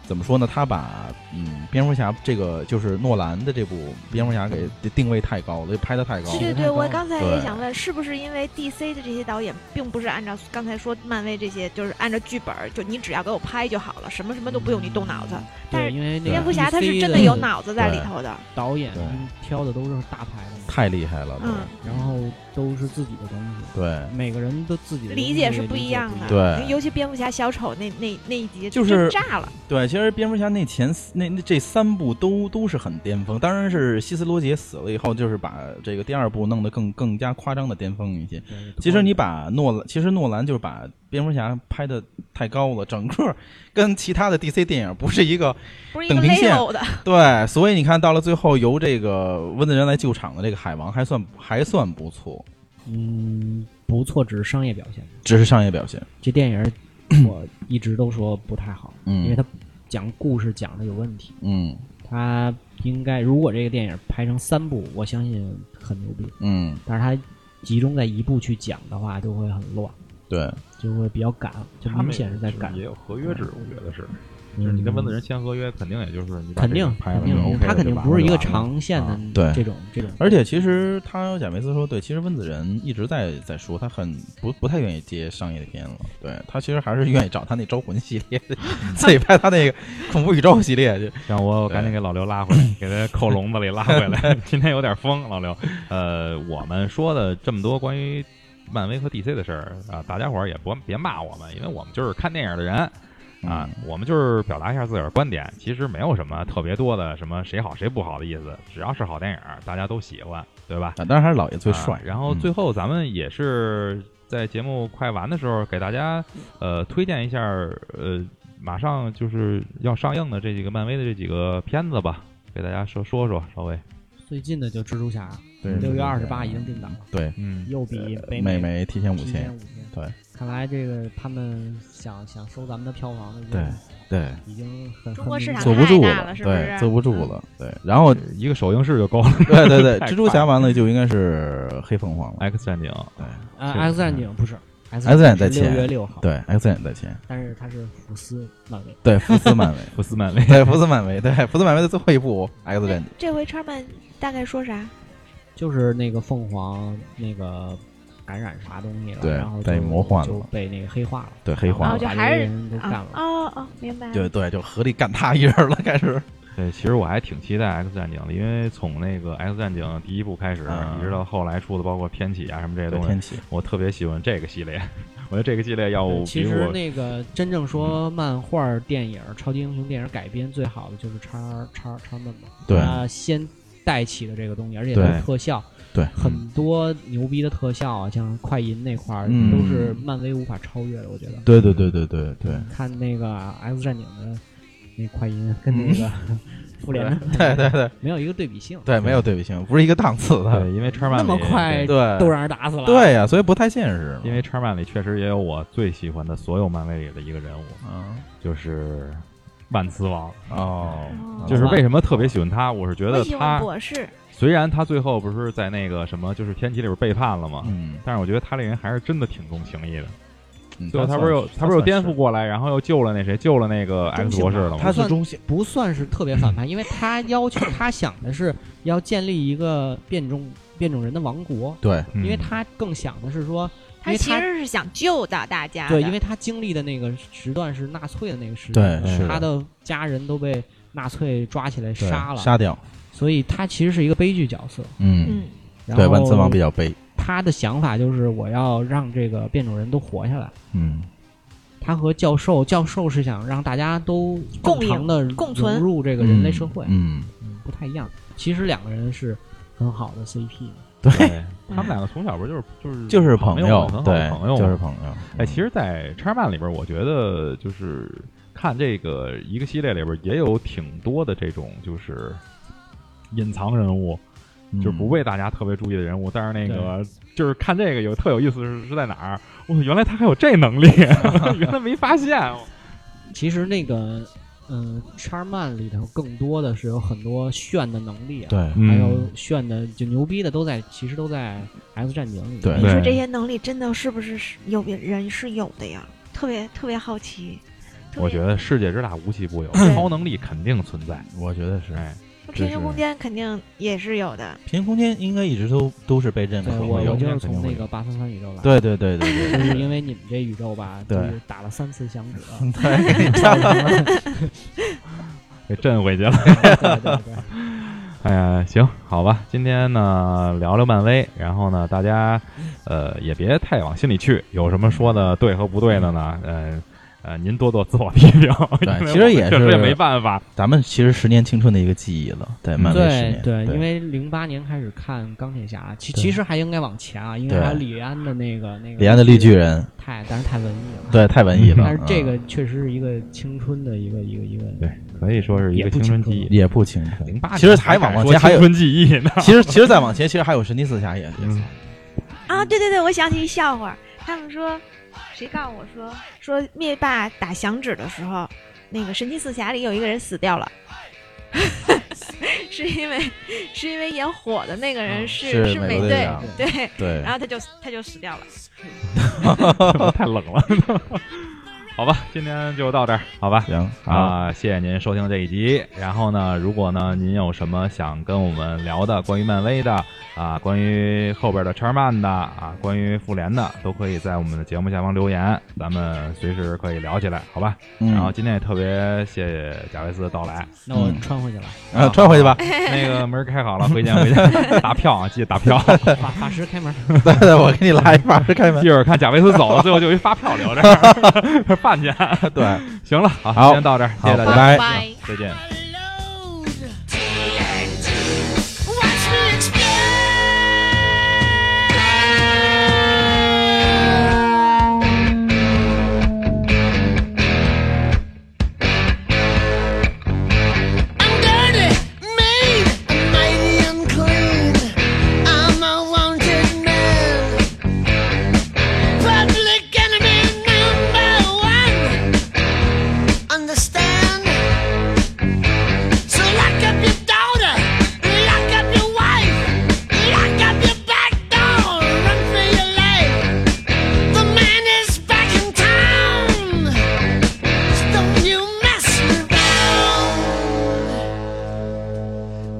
[SPEAKER 3] 怎么说呢？他把嗯蝙蝠侠这个就是诺兰的这部蝙蝠侠给定位太高了，拍的太高
[SPEAKER 7] 对
[SPEAKER 3] 了。
[SPEAKER 7] 对
[SPEAKER 2] 太
[SPEAKER 7] 对，
[SPEAKER 2] 高
[SPEAKER 7] 我
[SPEAKER 2] 了
[SPEAKER 7] 刚才
[SPEAKER 3] 对
[SPEAKER 7] 也想问，是不是因为 DC 的这些导演并不是按照刚才说漫威这些，就是按照剧本儿，就你只要给我拍就好了，什么什么都不用你动脑子。但
[SPEAKER 2] 嗯对，
[SPEAKER 7] 是
[SPEAKER 2] 因为那个
[SPEAKER 7] 蝙蝠侠他
[SPEAKER 2] DC
[SPEAKER 7] 是真
[SPEAKER 2] 的
[SPEAKER 7] 的有脑子在里
[SPEAKER 3] 对
[SPEAKER 7] 头的，
[SPEAKER 2] 导演
[SPEAKER 3] 对
[SPEAKER 2] 挑的都是大牌的嘛，
[SPEAKER 3] 太厉害了，对、
[SPEAKER 7] 嗯
[SPEAKER 2] 然后都是自己的东西，
[SPEAKER 3] 对。
[SPEAKER 2] 每个人都自己的
[SPEAKER 7] 理解是不一样的。
[SPEAKER 3] 对
[SPEAKER 7] 尤其蝙蝠侠小丑那那那一集
[SPEAKER 3] 就
[SPEAKER 7] 真
[SPEAKER 3] 是
[SPEAKER 7] 炸了，
[SPEAKER 3] 对，其实蝙蝠侠那前四那那这三部都都是很巅峰，当然是希斯罗杰死了以后，就是把这个第二部弄得更更加夸张的巅峰一些。
[SPEAKER 2] 对。
[SPEAKER 3] 其实你把诺兰，其实诺兰就是把蝙蝠侠拍的太高了，整个跟其他的 DC 电影不是一个
[SPEAKER 7] 不是一个
[SPEAKER 3] 等平线
[SPEAKER 7] level 的。
[SPEAKER 3] 对，所以你看到了最后由这个温子仁来救场的这个海王还算还算不错，
[SPEAKER 2] 嗯，不错，只是商业表现。
[SPEAKER 3] 只是商业表现。
[SPEAKER 2] 这电影儿 我一直都说不太好，
[SPEAKER 3] 嗯
[SPEAKER 2] 因为它讲故事讲的有问题。
[SPEAKER 3] 嗯
[SPEAKER 2] 它应该如果这个电影拍成三部，我相信很牛逼。
[SPEAKER 3] 嗯，
[SPEAKER 2] 但是它集中在一部去讲的话，就会很乱，
[SPEAKER 3] 对，
[SPEAKER 2] 就会比较赶，就
[SPEAKER 1] 他
[SPEAKER 2] 明
[SPEAKER 1] 们
[SPEAKER 2] 显是在赶
[SPEAKER 1] 也。有合约制，我觉得是，
[SPEAKER 2] 嗯
[SPEAKER 1] 就是你跟温子仁签合约，肯定也就是你把
[SPEAKER 2] 肯
[SPEAKER 1] 这个
[SPEAKER 2] 定
[SPEAKER 1] 拍
[SPEAKER 2] 肯
[SPEAKER 1] 了就
[SPEAKER 2] 定
[SPEAKER 1] OK 了，
[SPEAKER 2] 他肯定不是一个
[SPEAKER 1] 长。
[SPEAKER 2] 长线
[SPEAKER 1] 啊
[SPEAKER 2] 的
[SPEAKER 3] 对
[SPEAKER 2] 这种这种。
[SPEAKER 3] 而且其实他贾维斯说，对，其实温子仁一直在在说，他很不不太愿意接商业片了。对他其实还是愿意找他那招魂系 列，自己拍他那个恐怖宇宙系列去。
[SPEAKER 1] 让我赶紧给老刘拉回来，给他扣笼子里拉回 来。今天有点疯，老刘。呃，我们说的这么多关于漫威和 DC 的事儿啊，大家伙儿也不别骂我们，因为我们就是看电影的人啊
[SPEAKER 3] 嗯，
[SPEAKER 1] 我们就是表达一下自个儿观点，其实没有什么特别多的什么谁好谁不好的意思，只要是好电影儿，大家都喜欢，对吧？
[SPEAKER 3] 啊，当然还是老爷最帅。
[SPEAKER 1] 啊然后
[SPEAKER 3] 嗯
[SPEAKER 1] 最后咱们也是在节目快完的时候，给大家呃推荐一下呃马上就是要上映的这几个漫威的这几个片子吧，给大家说说说稍微。
[SPEAKER 2] 最近的就蜘蛛侠，
[SPEAKER 3] 对
[SPEAKER 2] 六月二十
[SPEAKER 3] 对
[SPEAKER 2] 八已经定档了，
[SPEAKER 3] 嗯对
[SPEAKER 1] 嗯，
[SPEAKER 2] 又比北
[SPEAKER 3] 美
[SPEAKER 2] 美
[SPEAKER 3] 眉提前五
[SPEAKER 2] 提
[SPEAKER 3] 千
[SPEAKER 2] 前，五天。
[SPEAKER 3] 对，
[SPEAKER 2] 看来这个他们想想收咱们的票房了，已经
[SPEAKER 3] 对对，
[SPEAKER 2] 已经很
[SPEAKER 7] 中国市场
[SPEAKER 3] 坐不住
[SPEAKER 7] 太大
[SPEAKER 3] 了，
[SPEAKER 7] 了是不是
[SPEAKER 3] 对，坐不住了，对。然 后
[SPEAKER 1] 一个首映式就够了。
[SPEAKER 3] 对对对，
[SPEAKER 1] 太
[SPEAKER 3] 蜘蛛侠完了就应该是黑凤凰了。
[SPEAKER 1] X 战警，
[SPEAKER 2] 啊
[SPEAKER 1] 是
[SPEAKER 2] ，X 战警不是，X
[SPEAKER 3] 战警
[SPEAKER 2] 六
[SPEAKER 3] 在前
[SPEAKER 2] 月六号，
[SPEAKER 3] 对，X 战警在前，
[SPEAKER 2] 但是它是福斯漫威，
[SPEAKER 3] 对，福斯漫威，
[SPEAKER 1] 不斯漫威。
[SPEAKER 3] 对，福斯漫威，对，福斯漫威的最后一部 X 战警，
[SPEAKER 7] 这回川漫大概说啥？
[SPEAKER 2] 就是那个凤凰那个感染啥东西了，
[SPEAKER 3] 对
[SPEAKER 2] 然后
[SPEAKER 3] 被
[SPEAKER 2] 就
[SPEAKER 3] 魔幻了
[SPEAKER 2] 就被那个黑化了，
[SPEAKER 3] 对，黑
[SPEAKER 7] 然
[SPEAKER 3] 化
[SPEAKER 7] 后
[SPEAKER 3] 了
[SPEAKER 7] 哦就，
[SPEAKER 2] 把这
[SPEAKER 7] 还
[SPEAKER 2] 些
[SPEAKER 7] 是
[SPEAKER 2] 人都干
[SPEAKER 7] 啊
[SPEAKER 2] 了。
[SPEAKER 7] 哦哦，明
[SPEAKER 2] 嗯
[SPEAKER 7] 白了。
[SPEAKER 3] 对对，就合力干他一人了，开始。
[SPEAKER 1] 对，其实我还挺期待 X 战警的，因为从那个 X 战警第一部开始，
[SPEAKER 3] 嗯
[SPEAKER 1] 一直到后来出的包括天启啊什么这些
[SPEAKER 3] 对
[SPEAKER 1] 东西，
[SPEAKER 3] 天启，
[SPEAKER 1] 我特别喜欢这个系列。 我觉得这个系列要
[SPEAKER 3] 哦
[SPEAKER 2] 对嗯其
[SPEAKER 1] 比
[SPEAKER 2] 实
[SPEAKER 1] 我
[SPEAKER 2] 那个真正说漫画电影、超级英雄电影改编最好的就是叉叉叉们嘛，
[SPEAKER 3] 对
[SPEAKER 1] 啊
[SPEAKER 2] 他先带起的这个东西，而且它
[SPEAKER 3] 对
[SPEAKER 2] 的特效。
[SPEAKER 3] 对嗯
[SPEAKER 2] 很多牛逼的特效啊，像快银那块儿、
[SPEAKER 3] 嗯
[SPEAKER 2] 都是漫威无法超越的，我觉得。
[SPEAKER 3] 对对对对对对
[SPEAKER 2] 看那个 X 战警的那快银跟那个 复联的
[SPEAKER 3] 嗯 对对对
[SPEAKER 2] 没有一个对比性，
[SPEAKER 3] 对，没有对比性，不是一个档次的，
[SPEAKER 1] 对，因为叉漫
[SPEAKER 2] 那么
[SPEAKER 1] 里
[SPEAKER 2] 快
[SPEAKER 1] 对
[SPEAKER 2] 都
[SPEAKER 3] 对
[SPEAKER 2] 让人打死了。，
[SPEAKER 3] 对呀，所以不太现实。
[SPEAKER 1] 因为叉漫里确实也有我最喜欢的所有漫威里的一个人物，
[SPEAKER 3] 嗯
[SPEAKER 1] 就是万磁王。嗯
[SPEAKER 3] 哦，
[SPEAKER 1] 就是为什么特别喜欢他，我是觉
[SPEAKER 7] 我
[SPEAKER 1] 得
[SPEAKER 7] 喜欢
[SPEAKER 1] 他
[SPEAKER 7] 博士，
[SPEAKER 1] 虽然他最后不是在那个什么就是天启里边背叛了嘛，
[SPEAKER 3] 嗯，
[SPEAKER 1] 但是我觉得他这人还是真的挺重情义的。
[SPEAKER 3] 嗯
[SPEAKER 1] 最后他不是又他不是又颠覆，过来，然后又救了那谁，救了那个 X 博士
[SPEAKER 2] 啊
[SPEAKER 1] 了
[SPEAKER 3] 他
[SPEAKER 1] 吗？
[SPEAKER 3] 是中性，
[SPEAKER 2] 不算是特别反派，因为他要求他想的是要建立一个变种变种人的王国，
[SPEAKER 3] 对
[SPEAKER 1] 嗯
[SPEAKER 2] 因为他更想的是说，因
[SPEAKER 7] 他
[SPEAKER 2] 为
[SPEAKER 7] 其
[SPEAKER 2] 他
[SPEAKER 7] 实是想救到大家的。
[SPEAKER 2] 对，因为他经历的那个时段是纳粹的那个时
[SPEAKER 3] 对
[SPEAKER 2] 段，，
[SPEAKER 1] 嗯
[SPEAKER 3] 是
[SPEAKER 2] 他的家人都被纳粹抓起来
[SPEAKER 3] 对
[SPEAKER 2] 杀了，
[SPEAKER 3] 杀掉，
[SPEAKER 2] 所以他其实是一个悲剧角色。
[SPEAKER 3] 嗯，
[SPEAKER 7] 嗯，
[SPEAKER 2] 然
[SPEAKER 3] 对，
[SPEAKER 2] 后
[SPEAKER 3] 万磁王比较悲，
[SPEAKER 2] 他的想法就是我要让这个变种人都活下来。
[SPEAKER 3] 嗯，
[SPEAKER 2] 他和教授，教授是想让大家都
[SPEAKER 7] 共
[SPEAKER 2] 正常
[SPEAKER 7] 赢
[SPEAKER 2] 的
[SPEAKER 7] 共存
[SPEAKER 2] 融入这个人类社会，
[SPEAKER 3] 嗯，
[SPEAKER 2] 嗯不太一样。其实两个人是很好的 CP，
[SPEAKER 1] 对，他们两个从小不是就是就是
[SPEAKER 3] 就是朋
[SPEAKER 1] 友，很好的
[SPEAKER 3] 对，
[SPEAKER 1] 朋友嘛，
[SPEAKER 3] 就是朋友。
[SPEAKER 1] 哎，其实，在叉漫里边，我觉得就是看这个一个系列里边，也有挺多的这种就是隐藏人物，
[SPEAKER 3] 嗯
[SPEAKER 1] 就是不被大家特别注意的人物。但是那个就是看这个有特有意思是是在哪儿？我原来他还有这能力， 原来没发现。哦
[SPEAKER 2] 其实那个嗯，叉漫里头更多的是有很多炫的能力啊，
[SPEAKER 3] 对
[SPEAKER 2] 还
[SPEAKER 1] 嗯
[SPEAKER 2] 有炫的就牛逼的都在，其实都在 X 战警里。
[SPEAKER 3] 对
[SPEAKER 7] 你说
[SPEAKER 1] 对
[SPEAKER 7] 这些能力真的是不是是有别人是有的呀？特别特别好奇，
[SPEAKER 1] 我觉得世界之大无奇不有，
[SPEAKER 4] 对
[SPEAKER 1] 超能力肯定存在。
[SPEAKER 3] 我觉得是
[SPEAKER 1] 哎，
[SPEAKER 4] 平
[SPEAKER 3] 是
[SPEAKER 4] 行空间肯定也是有的，
[SPEAKER 3] 平行空间应该一直都都是被认为
[SPEAKER 2] 对，
[SPEAKER 3] 很
[SPEAKER 2] 我
[SPEAKER 3] 会有
[SPEAKER 2] 我
[SPEAKER 3] 的，
[SPEAKER 2] 就是
[SPEAKER 3] 肯定
[SPEAKER 2] 从
[SPEAKER 3] 会
[SPEAKER 2] 那
[SPEAKER 3] 有
[SPEAKER 2] 个八三三宇宙来，，
[SPEAKER 3] 对对对对对，
[SPEAKER 2] 就是因为你们这宇宙吧，
[SPEAKER 3] 对
[SPEAKER 2] 就是打了三次响指，
[SPEAKER 3] 对
[SPEAKER 1] 给震回去了。
[SPEAKER 2] 对对对，
[SPEAKER 1] 哎呀，行，好吧，今天呢聊聊漫威，然后呢大家呃也别太往心里去，有什么说的对和不对的呢？呃呃，您多多自我批评。
[SPEAKER 3] 对
[SPEAKER 1] 因为
[SPEAKER 3] 其实
[SPEAKER 1] 我们
[SPEAKER 3] 也
[SPEAKER 1] 确实也
[SPEAKER 3] 是
[SPEAKER 1] 没办法。
[SPEAKER 3] 咱们其实十年青春的一个记忆了，对漫威十
[SPEAKER 2] 对
[SPEAKER 3] 年，
[SPEAKER 2] 对，
[SPEAKER 3] 对
[SPEAKER 2] 因为零八年开始看钢铁侠，其
[SPEAKER 3] 对
[SPEAKER 2] 其实还应该往前啊，因为
[SPEAKER 3] 对
[SPEAKER 2] 还有李安的那个那个
[SPEAKER 3] 李安的绿巨人，
[SPEAKER 2] 太，但是太文艺了。
[SPEAKER 3] 对，太文艺了，
[SPEAKER 2] 但是这
[SPEAKER 3] 嗯
[SPEAKER 2] 个确实是一个青春的一个一个一个，
[SPEAKER 1] 对，可以说是一
[SPEAKER 2] 也
[SPEAKER 1] 个
[SPEAKER 2] 不
[SPEAKER 1] 青春
[SPEAKER 2] 清楚
[SPEAKER 1] 记忆。
[SPEAKER 3] 也不清楚。
[SPEAKER 1] 零八
[SPEAKER 3] 其实还往往前还
[SPEAKER 1] 青
[SPEAKER 3] 有
[SPEAKER 1] 春记忆呢。
[SPEAKER 3] 其实其实再往前，其实还有神奇四侠也
[SPEAKER 1] 嗯
[SPEAKER 6] 啊，
[SPEAKER 3] 嗯
[SPEAKER 6] 对对对，我想起一笑话，他们说，谁告诉我说说灭霸打响指的时候，那个神奇四侠里有一个人死 掉了，是因为是因为演火的那个人是、
[SPEAKER 3] 嗯是
[SPEAKER 6] 是
[SPEAKER 3] 美
[SPEAKER 6] 美
[SPEAKER 3] 国队
[SPEAKER 6] 队
[SPEAKER 3] 长，
[SPEAKER 6] 对，
[SPEAKER 3] 对
[SPEAKER 6] 然后他就他就死掉了。
[SPEAKER 1] 太冷了。 好吧，今天就到这儿，好吧。
[SPEAKER 3] 行好，
[SPEAKER 1] 啊，谢谢您收听这一集。然后呢，如果呢您有什么想跟我们聊的，关于漫威的啊，关于后边的叉漫的啊，关于复联的，都可以在我们的节目下方留言，咱们随时可以聊起来，好吧？然后
[SPEAKER 3] 嗯，
[SPEAKER 1] 今天也特别谢谢贾维斯的到来，
[SPEAKER 2] 那我
[SPEAKER 3] 嗯
[SPEAKER 2] 穿回去了，
[SPEAKER 3] 啊，穿回去吧。
[SPEAKER 1] 那个门儿开好了，回见回 见，打票啊，记得打票。
[SPEAKER 2] 法法师开门。
[SPEAKER 3] 对对，我给你拉一把，开门
[SPEAKER 1] 一。会儿看贾维斯走了，最后就一发票留这儿， 饭钱。
[SPEAKER 3] 对，
[SPEAKER 1] 行了，好，
[SPEAKER 3] 好
[SPEAKER 1] 今天到这儿，谢谢大
[SPEAKER 3] 好
[SPEAKER 1] 家，
[SPEAKER 3] 拜拜
[SPEAKER 7] 拜。
[SPEAKER 1] 再见。
[SPEAKER 5] Watch me explode. I'm dirty, mean, and mighty unclean. I'm a wanted man. Public enemy number one. Understand? So lock up your daughter, lock up your wife, lock up your back door, run for your life. The man is back in town. So don't you mess around.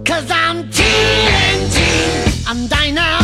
[SPEAKER 5] Cause I'm TNT, I'm Dynamite.